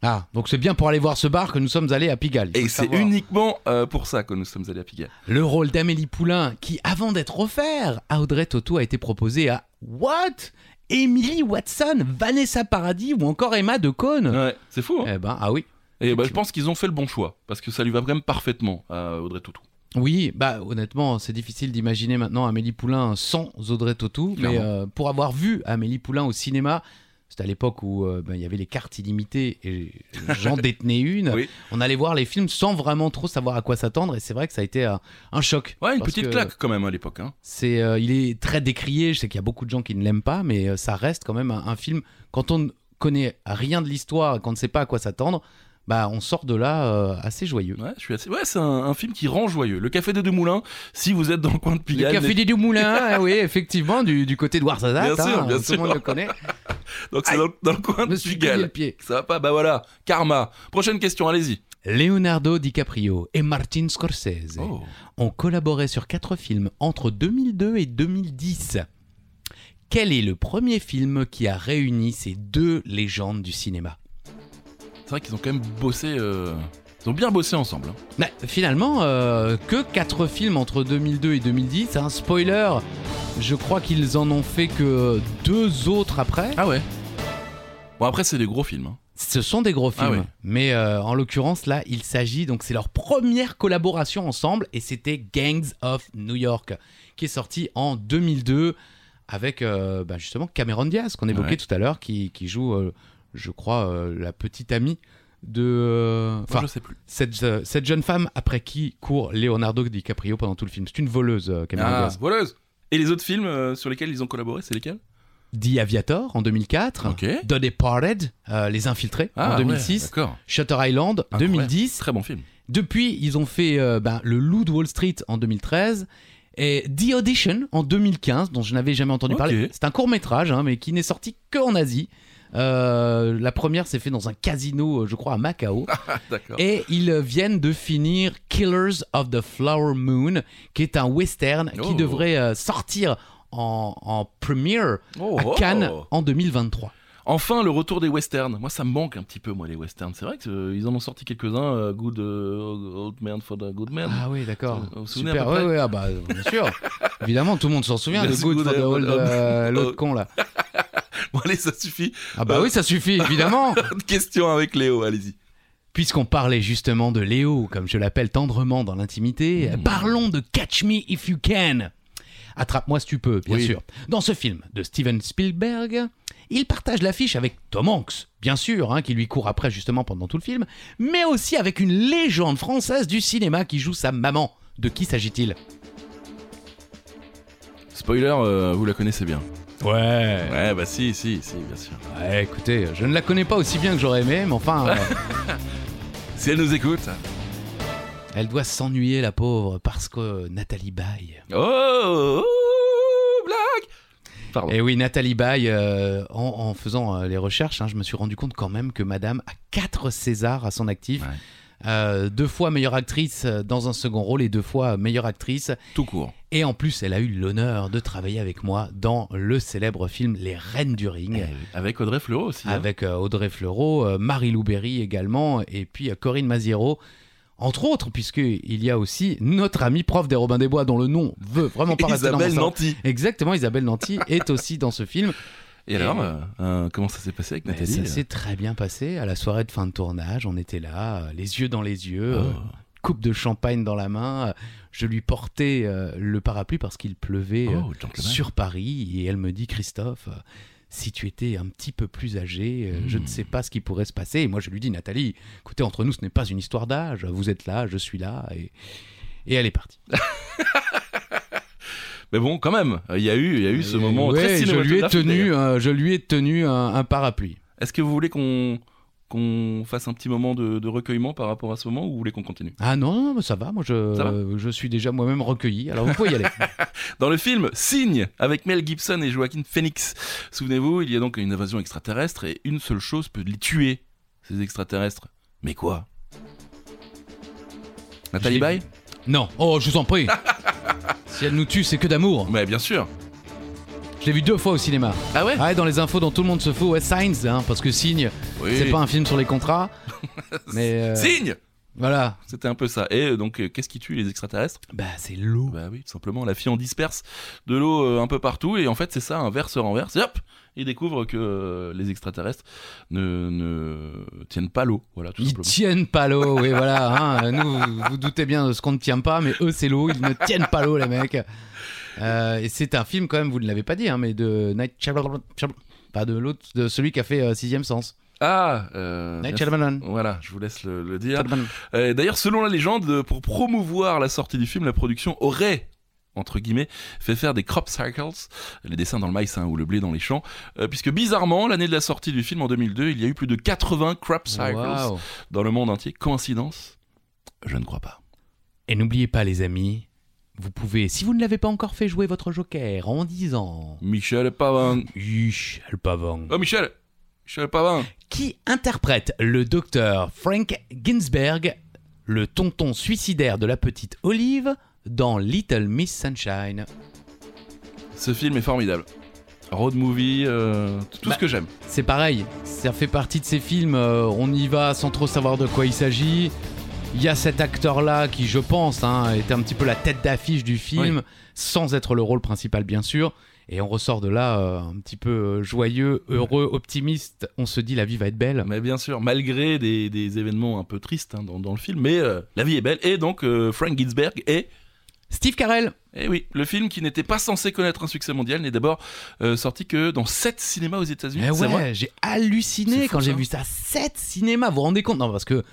Speaker 2: Ah, donc c'est bien pour aller voir ce bar que nous sommes allés à Pigalle. il faut
Speaker 1: Et
Speaker 2: le
Speaker 1: c'est
Speaker 2: savoir.
Speaker 1: uniquement euh, pour ça que nous sommes allés à Pigalle.
Speaker 2: Le rôle d'Amélie Poulain, qui avant d'être offert à Audrey Tautou, a été proposé à What Emily Watson, Vanessa Paradis ou encore Emma de Cône.
Speaker 1: Ouais, c'est fou. hein
Speaker 2: Eh ben, ah oui.
Speaker 1: et bah, je pense qu'ils ont fait le bon choix, parce que ça lui va vraiment parfaitement à Audrey Tautou.
Speaker 2: Oui, bah honnêtement, c'est difficile d'imaginer maintenant Amélie Poulain sans Audrey Tautou, mais
Speaker 1: Clairement.
Speaker 2: euh, pour avoir vu Amélie Poulain au cinéma, c'était à l'époque où euh, ben, il y avait les cartes illimitées et j'en détenais une.
Speaker 1: Oui.
Speaker 2: On allait voir les films sans vraiment trop savoir à quoi s'attendre et c'est vrai que ça a été euh, un choc.
Speaker 1: Ouais, une
Speaker 2: Parce
Speaker 1: petite
Speaker 2: que
Speaker 1: claque quand même à l'époque. hein.
Speaker 2: C'est, euh, il est très décrié. Je sais qu'il y a beaucoup de gens qui ne l'aiment pas, mais euh, ça reste quand même un, un film. Quand on ne connaît rien de l'histoire, et qu'on ne sait pas à quoi s'attendre, bah on sort de là euh, assez joyeux.
Speaker 1: Ouais, je suis assez... ouais c'est un, un film qui rend joyeux. Le Café des Deux Moulins, si vous êtes dans le coin de
Speaker 2: Le
Speaker 1: Pigalle,
Speaker 2: café des deux moulins, hein, oui, effectivement, du, du côté de Warzazat.
Speaker 1: Bien sûr, bien
Speaker 2: tout
Speaker 1: sûr.
Speaker 2: le monde le connaît.
Speaker 1: donc c'est dans, dans le coin
Speaker 2: Je me
Speaker 1: de
Speaker 2: suis grillé le
Speaker 1: Pigalle.
Speaker 2: pied.
Speaker 1: Ça va pas Bah voilà, karma. Prochaine question, allez-y.
Speaker 2: Leonardo DiCaprio et Martin Scorsese
Speaker 1: Oh.
Speaker 2: ont collaboré sur quatre films entre 2002 et 2010. Quel est le premier film qui a réuni ces deux légendes du cinéma
Speaker 1: C'est vrai qu'ils ont quand même bossé. euh, Ils ont bien bossé ensemble. hein.
Speaker 2: Bah, Finalement, euh, que quatre films entre 2002 et 2010. Un hein. spoiler, je crois qu'ils en ont fait que deux autres après.
Speaker 1: Ah ouais Bon, après, c'est des gros films. hein.
Speaker 2: Ce sont des gros films,
Speaker 1: Ah oui.
Speaker 2: mais euh, en l'occurrence là, il s'agit donc c'est leur première collaboration ensemble et c'était Gangs of New York qui est sorti en 2002 avec euh, bah, justement Cameron Diaz qu'on évoquait
Speaker 1: Ouais.
Speaker 2: tout à l'heure qui, qui joue, euh, je crois, euh, la petite amie de euh,
Speaker 1: Moi,
Speaker 2: enfin
Speaker 1: je sais plus.
Speaker 2: cette, euh, cette jeune femme après qui court Leonardo DiCaprio pendant tout le film. C'est une voleuse euh, Cameron
Speaker 1: Ah,
Speaker 2: Diaz.
Speaker 1: voleuse Et les autres films euh, sur lesquels ils ont collaboré, c'est lesquels
Speaker 2: The Aviator en 2004,
Speaker 1: Ah. Ok.
Speaker 2: The Departed, euh, Les Infiltrés
Speaker 1: Ah,
Speaker 2: en
Speaker 1: ouais,
Speaker 2: 2006,
Speaker 1: D'accord.
Speaker 2: Shutter Island
Speaker 1: Incroyable.
Speaker 2: 2010.
Speaker 1: Très bon film.
Speaker 2: Depuis, ils ont fait euh, ben, le Loup de Wall Street en 2013 et The Audition en 2015, dont je n'avais jamais entendu
Speaker 1: Ok.
Speaker 2: parler. C'est un court métrage, hein, mais qui n'est sorti que en Asie. Euh, la première s'est fait dans un casino, euh, je crois, à Macao.
Speaker 1: Ah, d'accord.
Speaker 2: et ils euh, viennent de finir Killers of the Flower Moon, qui est un western qui
Speaker 1: Oh.
Speaker 2: devrait euh, sortir en, en premiere
Speaker 1: Oh,
Speaker 2: à
Speaker 1: oh.
Speaker 2: Cannes en 2023.
Speaker 1: Enfin, le retour des westerns. Moi, ça me manque un petit peu, moi, les westerns. C'est vrai qu'ils en ont sorti quelques-uns. euh, good euh, Old Man for the Good Man.
Speaker 2: Ah oui, d'accord.
Speaker 1: Vous vous souvenez
Speaker 2: Super.
Speaker 1: à peu
Speaker 2: Ouais,
Speaker 1: près
Speaker 2: ouais, ah bah, bien sûr. Évidemment, tout le monde s'en souvient de
Speaker 1: Merci Oh.
Speaker 2: Good
Speaker 1: Good
Speaker 2: for the
Speaker 1: Old-
Speaker 2: Old, euh,
Speaker 1: Old-
Speaker 2: l'autre con là.
Speaker 1: Bon, allez, ça suffit.
Speaker 2: Ah bah
Speaker 1: Euh.
Speaker 2: oui, ça suffit, évidemment.
Speaker 1: Autre question avec Léo, allez-y.
Speaker 2: Puisqu'on parlait justement de Léo, comme je l'appelle tendrement dans l'intimité,
Speaker 1: Mmh.
Speaker 2: parlons de Catch Me If You Can. Attrape-moi si tu peux, bien
Speaker 1: Oui.
Speaker 2: sûr. Dans ce film de Steven Spielberg, il partage l'affiche avec Tom Hanks, bien sûr, hein, qui lui court après justement pendant tout le film, mais aussi avec une légende française du cinéma qui joue sa maman. De qui s'agit-il
Speaker 1: Spoiler, euh, vous la connaissez bien.
Speaker 2: Ouais,
Speaker 1: Ouais, bah si, si, si, bien sûr.
Speaker 2: Ouais, écoutez, je ne la connais pas aussi bien que j'aurais aimé, mais enfin, euh,
Speaker 1: Si elle nous écoute.
Speaker 2: elle doit s'ennuyer, la pauvre, parce que euh, Nathalie Baye.
Speaker 1: Oh, oh, oh, blague Pardon.
Speaker 2: Et oui, Nathalie Baye, euh, en, en faisant euh, les recherches, hein, je me suis rendu compte quand même que madame a quatre Césars à son actif.
Speaker 1: Ouais.
Speaker 2: Euh, deux fois meilleure actrice euh, dans un second rôle et deux fois meilleure actrice.
Speaker 1: Tout court.
Speaker 2: Et en plus, elle a eu l'honneur de travailler avec moi dans le célèbre film Les Reines du Ring.
Speaker 1: Eh Avec Audrey Fleurot aussi. hein.
Speaker 2: avec euh, Audrey Fleurot, euh, Marie Louberry également, et puis euh, Corinne Maziero, entre autres, puisqu'il y a aussi notre amie prof des Robins des Bois, dont le nom veut vraiment pas rester dans mon
Speaker 1: Isabelle
Speaker 2: cerveau.
Speaker 1: Nanty.
Speaker 2: Exactement, Isabelle Nanty est aussi dans ce film.
Speaker 1: Et alors, euh, euh, comment ça s'est passé avec
Speaker 2: Mais
Speaker 1: Nathalie
Speaker 2: ça
Speaker 1: euh
Speaker 2: s'est très bien passé à la soirée de fin de tournage. On était là, euh, les yeux dans les yeux,
Speaker 1: Oh.
Speaker 2: euh, coupe de champagne dans la main. euh, Je lui portais euh, le parapluie parce qu'il pleuvait. euh,
Speaker 1: Oh, gentleman.
Speaker 2: sur Paris et elle me dit Christophe, euh, si tu étais un petit peu plus âgé, euh, je ne
Speaker 1: Hmm.
Speaker 2: sais pas ce qui pourrait se passer. Et moi je lui dis Nathalie, écoutez entre nous ce n'est pas une histoire d'âge, vous êtes là, je suis là et Et elle est partie.
Speaker 1: Mais bon, quand même, euh, il y a eu, il y a eu ce
Speaker 2: Et
Speaker 1: moment
Speaker 2: Euh, ouais,
Speaker 1: très
Speaker 2: je lui ai
Speaker 1: cinématographique,
Speaker 2: tenu,
Speaker 1: d'ailleurs.
Speaker 2: un- je lui ai tenu un, un parapluie.
Speaker 1: Est-ce que vous voulez qu'on qu'on fasse un petit moment de, de recueillement par rapport à ce moment ou vous voulez qu'on continue
Speaker 2: Ah non, mais ça va, moi je,
Speaker 1: Ça
Speaker 2: je suis déjà moi-même recueilli, alors vous pouvez y aller.
Speaker 1: Dans le film Signe, avec Mel Gibson et Joaquin Phoenix, souvenez-vous, il y a donc une invasion extraterrestre et une seule chose peut les tuer, ces extraterrestres. Mais quoi Nathalie
Speaker 2: J'ai-
Speaker 1: Baye
Speaker 2: non, oh je vous en prie. si elle nous tue, c'est que d'amour.
Speaker 1: Ouais, bien sûr.
Speaker 2: Je l'ai vu deux fois au cinéma.
Speaker 1: Ah ouais
Speaker 2: Ouais, dans les infos dont tout le monde se fout, ouais, Signs, hein, parce que Signe,
Speaker 1: Oui.
Speaker 2: c'est pas un film sur les contrats. mais euh,
Speaker 1: Signe
Speaker 2: voilà.
Speaker 1: C'était un peu ça. Et euh, donc, euh, qu'est-ce qui tue les extraterrestres
Speaker 2: Bah c'est l'eau.
Speaker 1: Bah oui, tout simplement, la fille en disperse de l'eau euh, un peu partout, et en fait, c'est ça, un verre se renverse, et hop il découvre que euh, les extraterrestres ne, ne tiennent pas l'eau. Voilà, tout
Speaker 2: Ils
Speaker 1: simplement.
Speaker 2: tiennent pas l'eau, oui voilà. hein. Nous, vous, vous doutez bien de ce qu'on ne tient pas, mais eux c'est l'eau, ils ne tiennent pas l'eau les mecs. Euh, et c'est un film quand même, vous ne l'avez pas dit, hein, mais de Night Shyamalan- Shyamalan- pas de l'autre, de celui qui a fait euh, Sixième Sens.
Speaker 1: Ah euh,
Speaker 2: Night
Speaker 1: merci.
Speaker 2: Shyamalan.
Speaker 1: Voilà, je vous laisse le, le dire.
Speaker 2: Shyamalan.
Speaker 1: Euh, D'ailleurs, selon la légende, pour promouvoir la sortie du film, la production aurait entre guillemets, fait faire des crop circles, les dessins dans le maïs hein, ou le blé dans les champs, euh, puisque bizarrement, l'année de la sortie du film en 2002, il y a eu plus de 80 crop circles
Speaker 2: Wow.
Speaker 1: dans le monde entier. Coïncidence Je ne crois pas.
Speaker 2: Et n'oubliez pas les amis, vous pouvez, si vous ne l'avez pas encore fait jouer votre Joker en disant
Speaker 1: Michel Pavin.
Speaker 2: Michel Pavon,
Speaker 1: Oh Michel Michel Pavin
Speaker 2: qui interprète le docteur Frank Ginsberg, le tonton suicidaire de la petite Olive, dans Little Miss Sunshine.
Speaker 1: Ce film est formidable. Road movie, euh, tout
Speaker 2: Bah,
Speaker 1: ce que j'aime.
Speaker 2: C'est pareil, ça fait partie de ces films, euh, on y va sans trop savoir de quoi il s'agit. Il y a cet acteur-là qui, je pense, hein, était un petit peu la tête d'affiche du film, sans être le rôle principal, bien sûr. Et on ressort de là euh, un petit peu euh, joyeux, heureux, optimiste. On se dit la vie va être belle.
Speaker 1: Bah, Mais bien sûr, malgré des, des événements un peu tristes hein, dans, dans le film, mais euh, la vie est belle. Et donc, euh, Frank Ginsberg est
Speaker 2: Steve Carell,
Speaker 1: Eh oui, le film qui n'était pas censé connaître un succès mondial n'est d'abord euh, sorti que dans 7 cinémas aux États-Unis.
Speaker 2: Eh
Speaker 1: c'est vrai
Speaker 2: ouais, j'ai
Speaker 1: C'est
Speaker 2: halluciné
Speaker 1: fou,
Speaker 2: quand j'ai
Speaker 1: ça.
Speaker 2: vu ça. 7 cinémas, vous vous rendez compte Non, parce que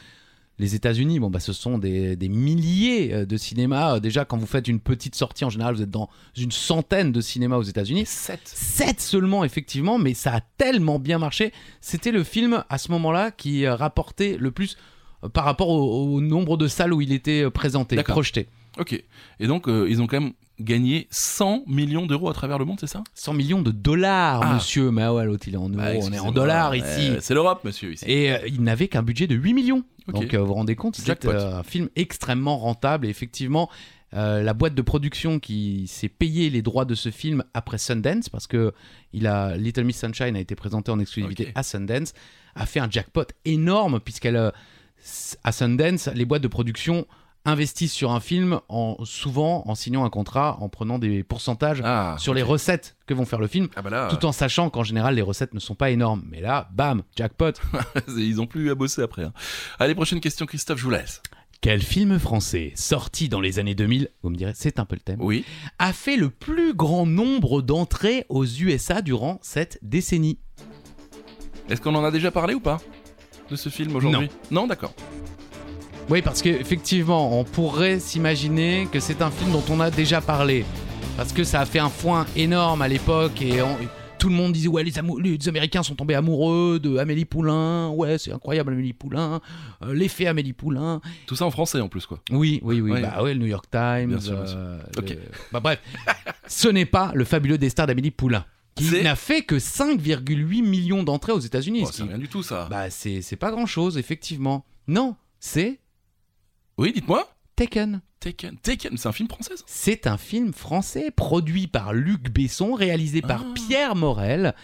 Speaker 2: les États-Unis, bon, bah, ce sont des, des milliers euh, de cinémas. Euh, Déjà, quand vous faites une petite sortie, en général, vous êtes dans une centaine de cinémas aux États-Unis.
Speaker 1: 7
Speaker 2: 7 seulement, effectivement, mais ça a tellement bien marché. C'était le film, à ce moment-là, qui euh, rapportait le plus euh, par rapport au, au nombre de salles où il était euh, présenté,
Speaker 1: D'accord.
Speaker 2: projeté.
Speaker 1: Ok. Et donc, euh, ils ont quand même gagné 100 millions d'euros à travers le monde, c'est ça
Speaker 2: 100 millions de dollars,
Speaker 1: Ah.
Speaker 2: monsieur. Mais ah ouais, l'autre, il est en euros,
Speaker 1: Bah,
Speaker 2: on est
Speaker 1: excusez-moi,
Speaker 2: en dollars
Speaker 1: euh,
Speaker 2: ici.
Speaker 1: c'est l'Europe, monsieur, ici.
Speaker 2: Et euh, il n'avait qu'un budget de 8 millions.
Speaker 1: Ok.
Speaker 2: Donc euh, vous vous rendez compte, c'est
Speaker 1: Jackpot.
Speaker 2: euh, un film extrêmement rentable. Et effectivement, euh, la boîte de production qui s'est payée les droits de ce film après Sundance, parce que il a, Little Miss Sunshine a été présenté en exclusivité
Speaker 1: Ok.
Speaker 2: à Sundance, a fait un jackpot énorme, puisqu'elle, euh, s- à Sundance, les boîtes de production investissent sur un film en, souvent en signant un contrat, en prenant des pourcentages
Speaker 1: Ah,
Speaker 2: sur les recettes que vont faire le film.
Speaker 1: ah bah là,
Speaker 2: Tout en sachant qu'en général les recettes ne sont pas énormes. Mais là, bam, jackpot.
Speaker 1: ils ont plus à bosser après. hein. Allez, prochaine question, Christophe, je vous laisse.
Speaker 2: Quel film français, sorti dans les années 2000, vous me direz, c'est un peu le thème,
Speaker 1: Oui.
Speaker 2: a fait le plus grand nombre d'entrées aux USA durant cette décennie
Speaker 1: Est-ce qu'on en a déjà parlé ou pas de ce film aujourd'hui Non, d'accord.
Speaker 2: Oui, parce qu'effectivement, on pourrait s'imaginer que c'est un film dont on a déjà parlé. Parce que ça a fait un foin énorme à l'époque et on- tout le monde disait Ouais, les, amou- les Américains sont tombés amoureux de Amélie Poulain. Ouais, c'est incroyable, Amélie Poulain. Euh, L'effet Amélie Poulain.
Speaker 1: Tout ça en français en plus, quoi.
Speaker 2: Oui, oui, oui.
Speaker 1: Oui.
Speaker 2: Bah ouais, le New York Times.
Speaker 1: Bien sûr, bien sûr.
Speaker 2: euh,
Speaker 1: Ok.
Speaker 2: le- Bah bref, ce n'est pas le fabuleux destin d'Amélie Poulain, qui
Speaker 1: C'est-
Speaker 2: n'a fait que 5,8 millions d'entrées aux États-Unis.
Speaker 1: Oh,
Speaker 2: ce
Speaker 1: c'est
Speaker 2: qui-
Speaker 1: rien du tout, ça.
Speaker 2: Bah c'est c'est pas grand-chose, effectivement. Non, c'est
Speaker 1: Oui, dites-moi.
Speaker 2: Taken.
Speaker 1: Taken, Taken, c'est un film français, ça
Speaker 2: C'est un film français produit par Luc Besson, réalisé par
Speaker 1: Ah.
Speaker 2: Pierre Morel,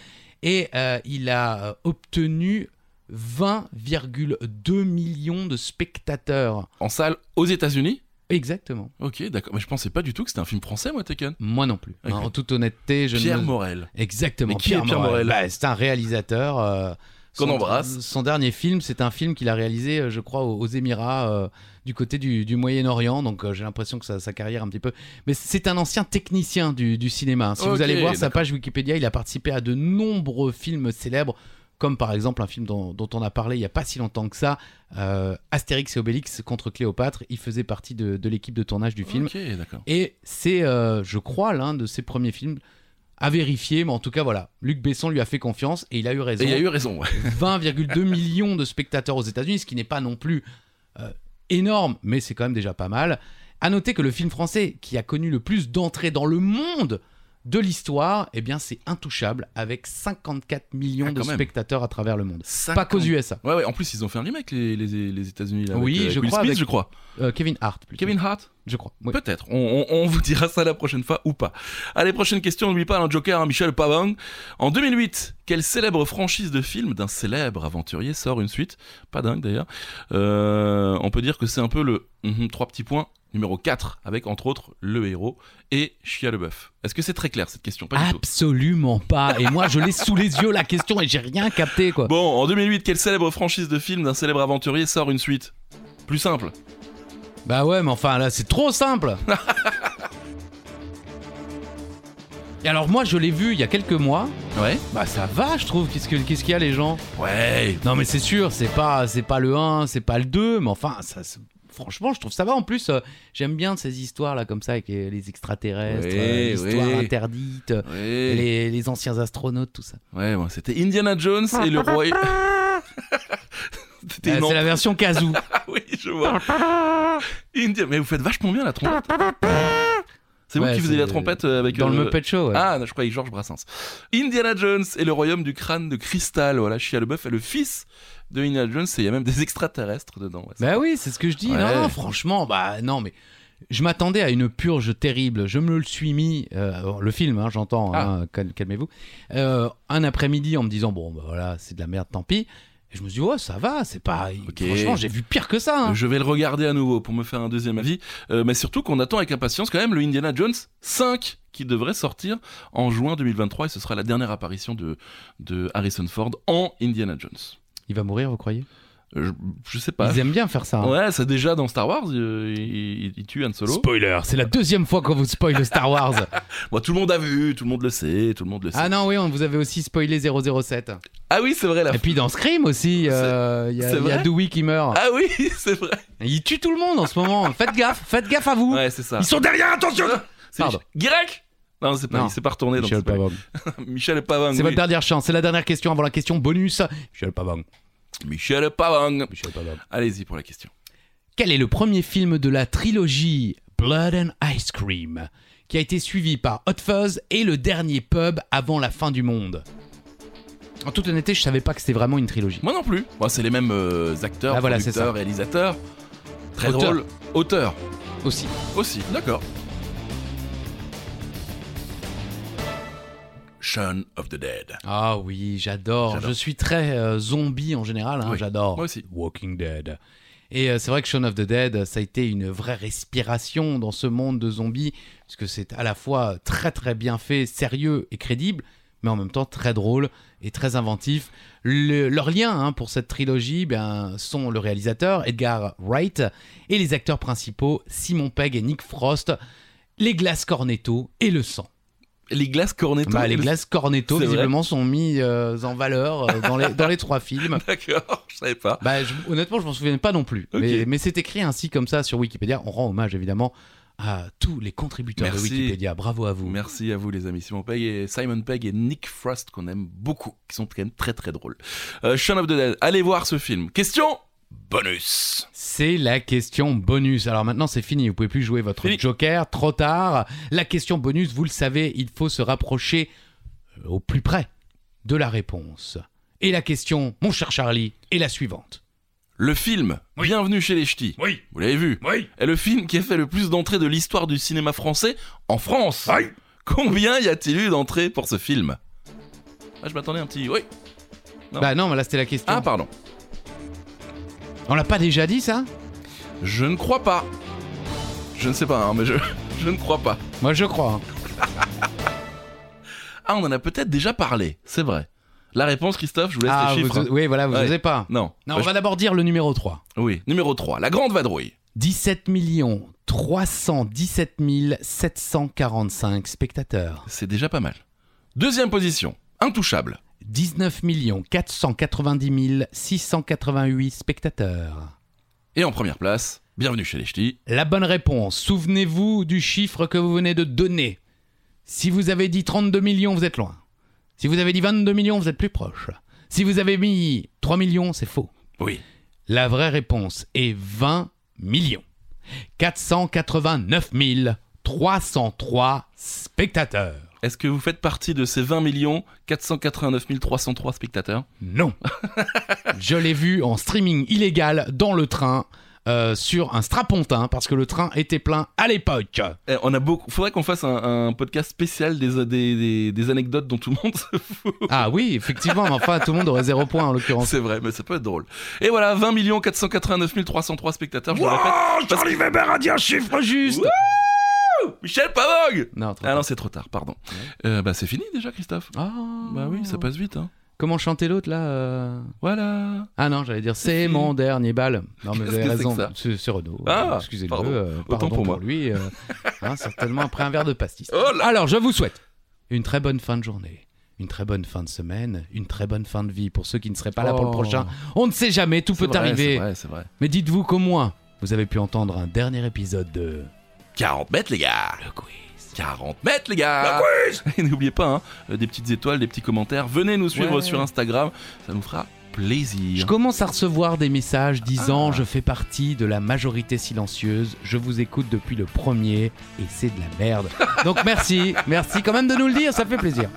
Speaker 2: et euh, il a euh, obtenu 20,2 millions de spectateurs.
Speaker 1: En salle aux États-Unis
Speaker 2: Exactement.
Speaker 1: Ok, d'accord. Mais je pensais pas du tout que c'était un film français, moi, Taken.
Speaker 2: Moi non plus.
Speaker 1: Ok.
Speaker 2: En toute honnêteté, je
Speaker 1: Pierre
Speaker 2: ne...
Speaker 1: Morel.
Speaker 2: Exactement.
Speaker 1: Mais qui est Pierre Morel
Speaker 2: Bah, C'est un réalisateur. euh,
Speaker 1: Qu'on
Speaker 2: son-
Speaker 1: embrasse.
Speaker 2: Son dernier film, c'est un film qu'il a réalisé, euh, je crois, aux, aux Émirats, euh, du côté du, du Moyen-Orient. Donc euh, j'ai l'impression que sa, sa carrière un petit peu. Mais c'est un ancien technicien du, du cinéma. Si
Speaker 1: Ok,
Speaker 2: vous allez voir sa
Speaker 1: d'accord.
Speaker 2: page Wikipédia, il a participé à de nombreux films célèbres comme par exemple un film dont, dont on a parlé il n'y a pas si longtemps que ça, euh, Astérix et Obélix contre Cléopâtre. Il faisait partie de, de l'équipe de tournage du film.
Speaker 1: Ok, d'accord.
Speaker 2: Et c'est, euh, je crois, l'un de ses premiers films à vérifier, mais en tout cas voilà, Luc Besson lui a fait confiance et il a eu
Speaker 1: Et
Speaker 2: raison.
Speaker 1: il y a eu raison, ouais.
Speaker 2: 20,2 millions de spectateurs aux États-Unis, ce qui n'est pas non plus euh, énorme, mais c'est quand même déjà pas mal. À noter que le film français qui a connu le plus d'entrées dans le monde de l'histoire, eh bien c'est Intouchable avec 54 millions
Speaker 1: Ah,
Speaker 2: de
Speaker 1: quand même.
Speaker 2: spectateurs à travers le monde. Pas qu'aux
Speaker 1: 50.
Speaker 2: USA.
Speaker 1: Ouais, ouais, en plus, ils ont fait un remake, les, les, les États-Unis. là,
Speaker 2: Oui,
Speaker 1: avec, euh,
Speaker 2: je
Speaker 1: Will
Speaker 2: crois,
Speaker 1: Smith,
Speaker 2: avec-
Speaker 1: je crois.
Speaker 2: Euh, Kevin Hart plutôt.
Speaker 1: Kevin Hart
Speaker 2: je crois. oui.
Speaker 1: Peut-être. On, on- on vous dira ça la prochaine fois ou pas. Allez, prochaine question. N'oublie pas un Joker, hein, Michel Pavang. En 2008, quelle célèbre franchise de films d'un célèbre aventurier sort une suite Pas dingue d'ailleurs. Euh, on peut dire que c'est un peu le mhm, trois petits points numéro 4 avec entre autres le héros et Chia Leboeuf. Est-ce que c'est très clair cette question Pas
Speaker 2: Ah,
Speaker 1: du tout.
Speaker 2: Absolument pas. Et moi je l'ai sous les yeux la question et j'ai rien capté quoi.
Speaker 1: Bon, en 2008, quelle célèbre franchise de films d'un célèbre aventurier sort une suite Plus simple.
Speaker 2: Bah ouais, mais enfin là, c'est trop simple. Et alors moi, je l'ai vu il y a quelques mois.
Speaker 1: Ouais.
Speaker 2: Bah ça va, je trouve. Qu'est-ce que- qu'est-ce qu'il y a les gens
Speaker 1: Ouais.
Speaker 2: Non mais c'est sûr, c'est pas c'est pas le 1, c'est pas le 2, mais enfin ça c'est- franchement, je trouve ça va en plus euh, j'aime bien ces histoires là comme ça avec les, les extraterrestres,
Speaker 1: Oui,
Speaker 2: euh, l'histoire
Speaker 1: oui.
Speaker 2: interdite, euh,
Speaker 1: Ouais.
Speaker 2: les, les anciens astronautes tout ça.
Speaker 1: Ouais, bon, c'était Indiana Jones et le roi. C'était
Speaker 2: Euh,
Speaker 1: une
Speaker 2: c'est la version Kazoo.
Speaker 1: Ah oui, je vois. India- Mais vous faites vachement bien la trompette. C'est vous
Speaker 2: Ouais,
Speaker 1: qui faisiez la
Speaker 2: c'est-
Speaker 1: trompette euh, avec
Speaker 2: dans le
Speaker 1: euh,
Speaker 2: Muppet Show. ouais.
Speaker 1: Ah, non, je croyais Georges Brassens. Indiana Jones et le royaume du crâne de cristal. Voilà, Shia LeBeouf est le fils de Indiana Jones et il y a même des extraterrestres dedans. ouais.
Speaker 2: Bah oui, c'est ce que je dis. Non,
Speaker 1: Ouais.
Speaker 2: non, franchement, bah non, mais je m'attendais à une purge terrible. Je me le suis mis, euh, le film, hein, j'entends,
Speaker 1: Ah.
Speaker 2: hein, cal- calmez-vous, Euh, un après-midi en me disant, bon, bah voilà, c'est de la merde, tant pis. Et je me suis dit, oh, ça va, c'est pas.
Speaker 1: Ok.
Speaker 2: Franchement, j'ai vu pire que ça. hein.
Speaker 1: Je vais le regarder à nouveau pour me faire un deuxième avis. Euh, mais surtout qu'on attend avec impatience quand même le Indiana Jones 5 qui devrait sortir en juin 2023 et ce sera la dernière apparition de, de Harrison Ford en Indiana Jones.
Speaker 2: Il va mourir, vous croyez
Speaker 1: Euh, Je, je sais pas.
Speaker 2: Ils aiment bien faire ça. hein.
Speaker 1: Ouais, c'est déjà dans Star Wars, euh, il, il- il tue Han Solo.
Speaker 2: Spoiler, c'est la deuxième fois qu'on vous spoil le Star Wars.
Speaker 1: Bon, tout le monde a vu, tout le monde le sait, tout le monde le sait.
Speaker 2: ah non, oui, on vous avait aussi spoilé 007.
Speaker 1: Ah oui, c'est vrai là.
Speaker 2: Et puis dans Scream aussi, euh, il y a-
Speaker 1: c'est
Speaker 2: il y a
Speaker 1: vrai
Speaker 2: Dewey qui meurt.
Speaker 1: Ah oui, c'est vrai.
Speaker 2: Il tue tout le monde en ce moment. faites gaffe, faites gaffe à vous.
Speaker 1: Ouais, c'est ça. Ah,
Speaker 2: Ils sont derrière, attention
Speaker 1: C'est
Speaker 2: Pardon.
Speaker 1: Guirec Non, c'est pas,
Speaker 2: Non.
Speaker 1: il s'est pas retourné. donc
Speaker 2: Michel
Speaker 1: c'est pas-
Speaker 2: Pavang.
Speaker 1: Michel Pavang.
Speaker 2: C'est
Speaker 1: Ah oui.
Speaker 2: votre dernière chance, c'est la dernière question avant la question bonus. Michel Pavang.
Speaker 1: Michel Pavang.
Speaker 2: Michel Pavang.
Speaker 1: Allez-y pour la question.
Speaker 2: Quel est le premier film de la trilogie Blood and Ice Cream qui a été suivi par Hot Fuzz et le dernier pub avant la fin du monde En toute honnêteté, je savais pas que c'était vraiment une trilogie.
Speaker 1: Moi non plus. Bon, c'est les mêmes euh, acteurs,
Speaker 2: Ah, voilà, c'est
Speaker 1: producteurs, réalisateurs. Très
Speaker 2: Auteur.
Speaker 1: drôle. Auteur
Speaker 2: Aussi.
Speaker 1: aussi, d'accord. Shaun of the Dead.
Speaker 2: Ah oui, j'adore.
Speaker 1: J'adore.
Speaker 2: Je suis très euh, zombie en général, hein,
Speaker 1: Oui.
Speaker 2: j'adore.
Speaker 1: Moi aussi.
Speaker 2: Walking Dead. Et euh, c'est vrai que Shaun of the Dead, ça a été une vraie respiration dans ce monde de zombies, parce que c'est à la fois très très bien fait, sérieux et crédible, mais en même temps très drôle et très inventif. Le- leurs liens hein, pour cette trilogie ben, sont le réalisateur Edgar Wright et les acteurs principaux Simon Pegg et Nick Frost, les glaces Cornetto et le sang.
Speaker 1: Les glaces Cornetto.
Speaker 2: Bah,
Speaker 1: et
Speaker 2: les
Speaker 1: le-
Speaker 2: glaces Cornetto,
Speaker 1: C'est vrai.
Speaker 2: visiblement, sont mises euh, en valeur euh, dans, les, dans les trois films.
Speaker 1: D'accord, je savais pas.
Speaker 2: Bah, je- honnêtement, je m'en souviens pas non plus.
Speaker 1: Ok.
Speaker 2: Mais, mais c'est écrit ainsi, comme ça, sur Wikipédia. On rend hommage, évidemment, à tous les contributeurs
Speaker 1: Merci.
Speaker 2: de Wikipédia. Bravo à vous.
Speaker 1: Merci à vous les amis. Simon Pegg et Simon Pegg et Nick Frost qu'on aime beaucoup, qui sont quand même très très drôles. Euh, Shaun of the Dead, allez voir ce film. Question bonus.
Speaker 2: C'est la question bonus. Alors maintenant, c'est fini. Vous pouvez plus jouer votre
Speaker 1: Fini.
Speaker 2: joker. Trop tard. La question bonus, vous le savez, il faut se rapprocher euh, au plus près de la réponse. Et la question, mon cher Charlie, est la suivante.
Speaker 1: Le film
Speaker 3: Oui.
Speaker 1: Bienvenue chez les Ch'tis,
Speaker 3: Oui,
Speaker 1: vous l'avez vu,
Speaker 3: oui.
Speaker 1: est le film qui a fait le plus d'entrées de l'histoire du cinéma français en France.
Speaker 3: Aïe.
Speaker 1: Combien y a-t-il eu d'entrées pour ce film Ah, je m'attendais un petit. Oui. Non.
Speaker 2: Bah non, mais là, c'était la question.
Speaker 1: Ah, pardon.
Speaker 2: On l'a pas déjà dit, ça
Speaker 1: Je ne crois pas. Je ne sais pas, hein, mais je, je ne crois pas.
Speaker 2: Moi, je crois. hein.
Speaker 1: Ah, on en a peut-être déjà parlé, c'est vrai. La réponse, Christophe, je vous laisse
Speaker 2: Ah,
Speaker 1: les
Speaker 2: vous
Speaker 1: chiffres.
Speaker 2: osez- oui, voilà, vous
Speaker 1: Ouais.
Speaker 2: n'osez pas.
Speaker 1: Non.
Speaker 2: Non,
Speaker 1: Euh,
Speaker 2: on va d'abord dire le numéro 3.
Speaker 1: Oui. Numéro 3, La Grande Vadrouille.
Speaker 2: 17 317 745 spectateurs.
Speaker 1: C'est déjà pas mal. Deuxième position, Intouchable.
Speaker 2: 19 490 688 spectateurs.
Speaker 1: Et en première place, bienvenue chez les ch'tis.
Speaker 2: La bonne réponse, souvenez-vous du chiffre que vous venez de donner. Si vous avez dit 32 millions, vous êtes loin. Si vous avez dit 22 millions, vous êtes plus proche. Si vous avez mis 3 millions, c'est faux.
Speaker 1: Oui.
Speaker 2: La vraie réponse est 20 millions. 489 303 spectateurs.
Speaker 1: Est-ce que vous faites partie de ces 20 millions 489 303 spectateurs
Speaker 2: Non. Je l'ai vu en streaming illégal dans le train. euh, sur un strapontin parce que le train était plein à l'époque.
Speaker 1: Eh, On a beaucoup. Faudrait qu'on fasse un, un podcast spécial des, des, des- des anecdotes dont tout le monde se fout.
Speaker 2: Ah oui, effectivement, mais enfin tout le monde aurait zéro point en l'occurrence.
Speaker 1: C'est vrai, mais ça peut être drôle. Et voilà, 20 489 303 spectateurs. Je le répète.
Speaker 3: Wow, Charlie Weber a dit un chiffre juste.
Speaker 1: Michel Pavog
Speaker 2: Non, trop
Speaker 1: Ah
Speaker 2: tard.
Speaker 1: non, c'est trop tard, pardon. Euh, bah c'est fini déjà, Christophe.
Speaker 2: Ah.
Speaker 1: Bah oui, ça passe vite. Hein.
Speaker 2: Comment chanter l'autre là euh
Speaker 1: Voilà.
Speaker 2: Ah non, j'allais dire c'est mon dernier bal. Non mais vous
Speaker 1: Qu'est-ce
Speaker 2: avez
Speaker 1: que c'est
Speaker 2: raison,
Speaker 1: que ça
Speaker 2: c'est c'est Renaud.
Speaker 1: Ah,
Speaker 2: Euh, Excusez-le.
Speaker 1: pardon.
Speaker 2: euh,
Speaker 1: Autant
Speaker 2: pardon
Speaker 1: pour moi.
Speaker 2: lui. euh, hein, certainement après un verre de pastis.
Speaker 1: Oh là
Speaker 2: Alors je vous souhaite une très bonne fin de journée, une très bonne fin de semaine, une très bonne fin de vie pour ceux qui ne seraient pas là pour le
Speaker 1: Oh.
Speaker 2: prochain. On ne sait jamais, tout peut
Speaker 1: C'est vrai,
Speaker 2: arriver.
Speaker 1: C'est vrai, c'est vrai.
Speaker 2: Mais dites-vous qu'au moins vous avez pu entendre un dernier épisode de
Speaker 1: 40 mètres, les gars
Speaker 2: Le Quiz.
Speaker 1: 40 mètres, les gars Et n'oubliez pas, hein, euh, des petites étoiles, des petits commentaires. Venez nous suivre
Speaker 2: Ouais.
Speaker 1: sur Instagram, ça nous fera
Speaker 2: Je
Speaker 1: plaisir.
Speaker 2: commence à recevoir des messages disant je fais partie de la majorité silencieuse, je vous écoute depuis le premier et c'est de la merde. Donc merci, merci quand même de nous le dire, ça fait plaisir.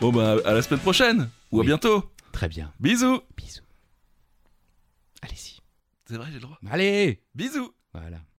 Speaker 1: Bon bah à la semaine prochaine ou à
Speaker 2: Oui.
Speaker 1: bientôt.
Speaker 2: Très bien,
Speaker 1: Bisous.
Speaker 2: bisous. Allez-y.
Speaker 1: C'est vrai, j'ai le droit.
Speaker 2: Allez
Speaker 1: Bisous.
Speaker 2: Voilà.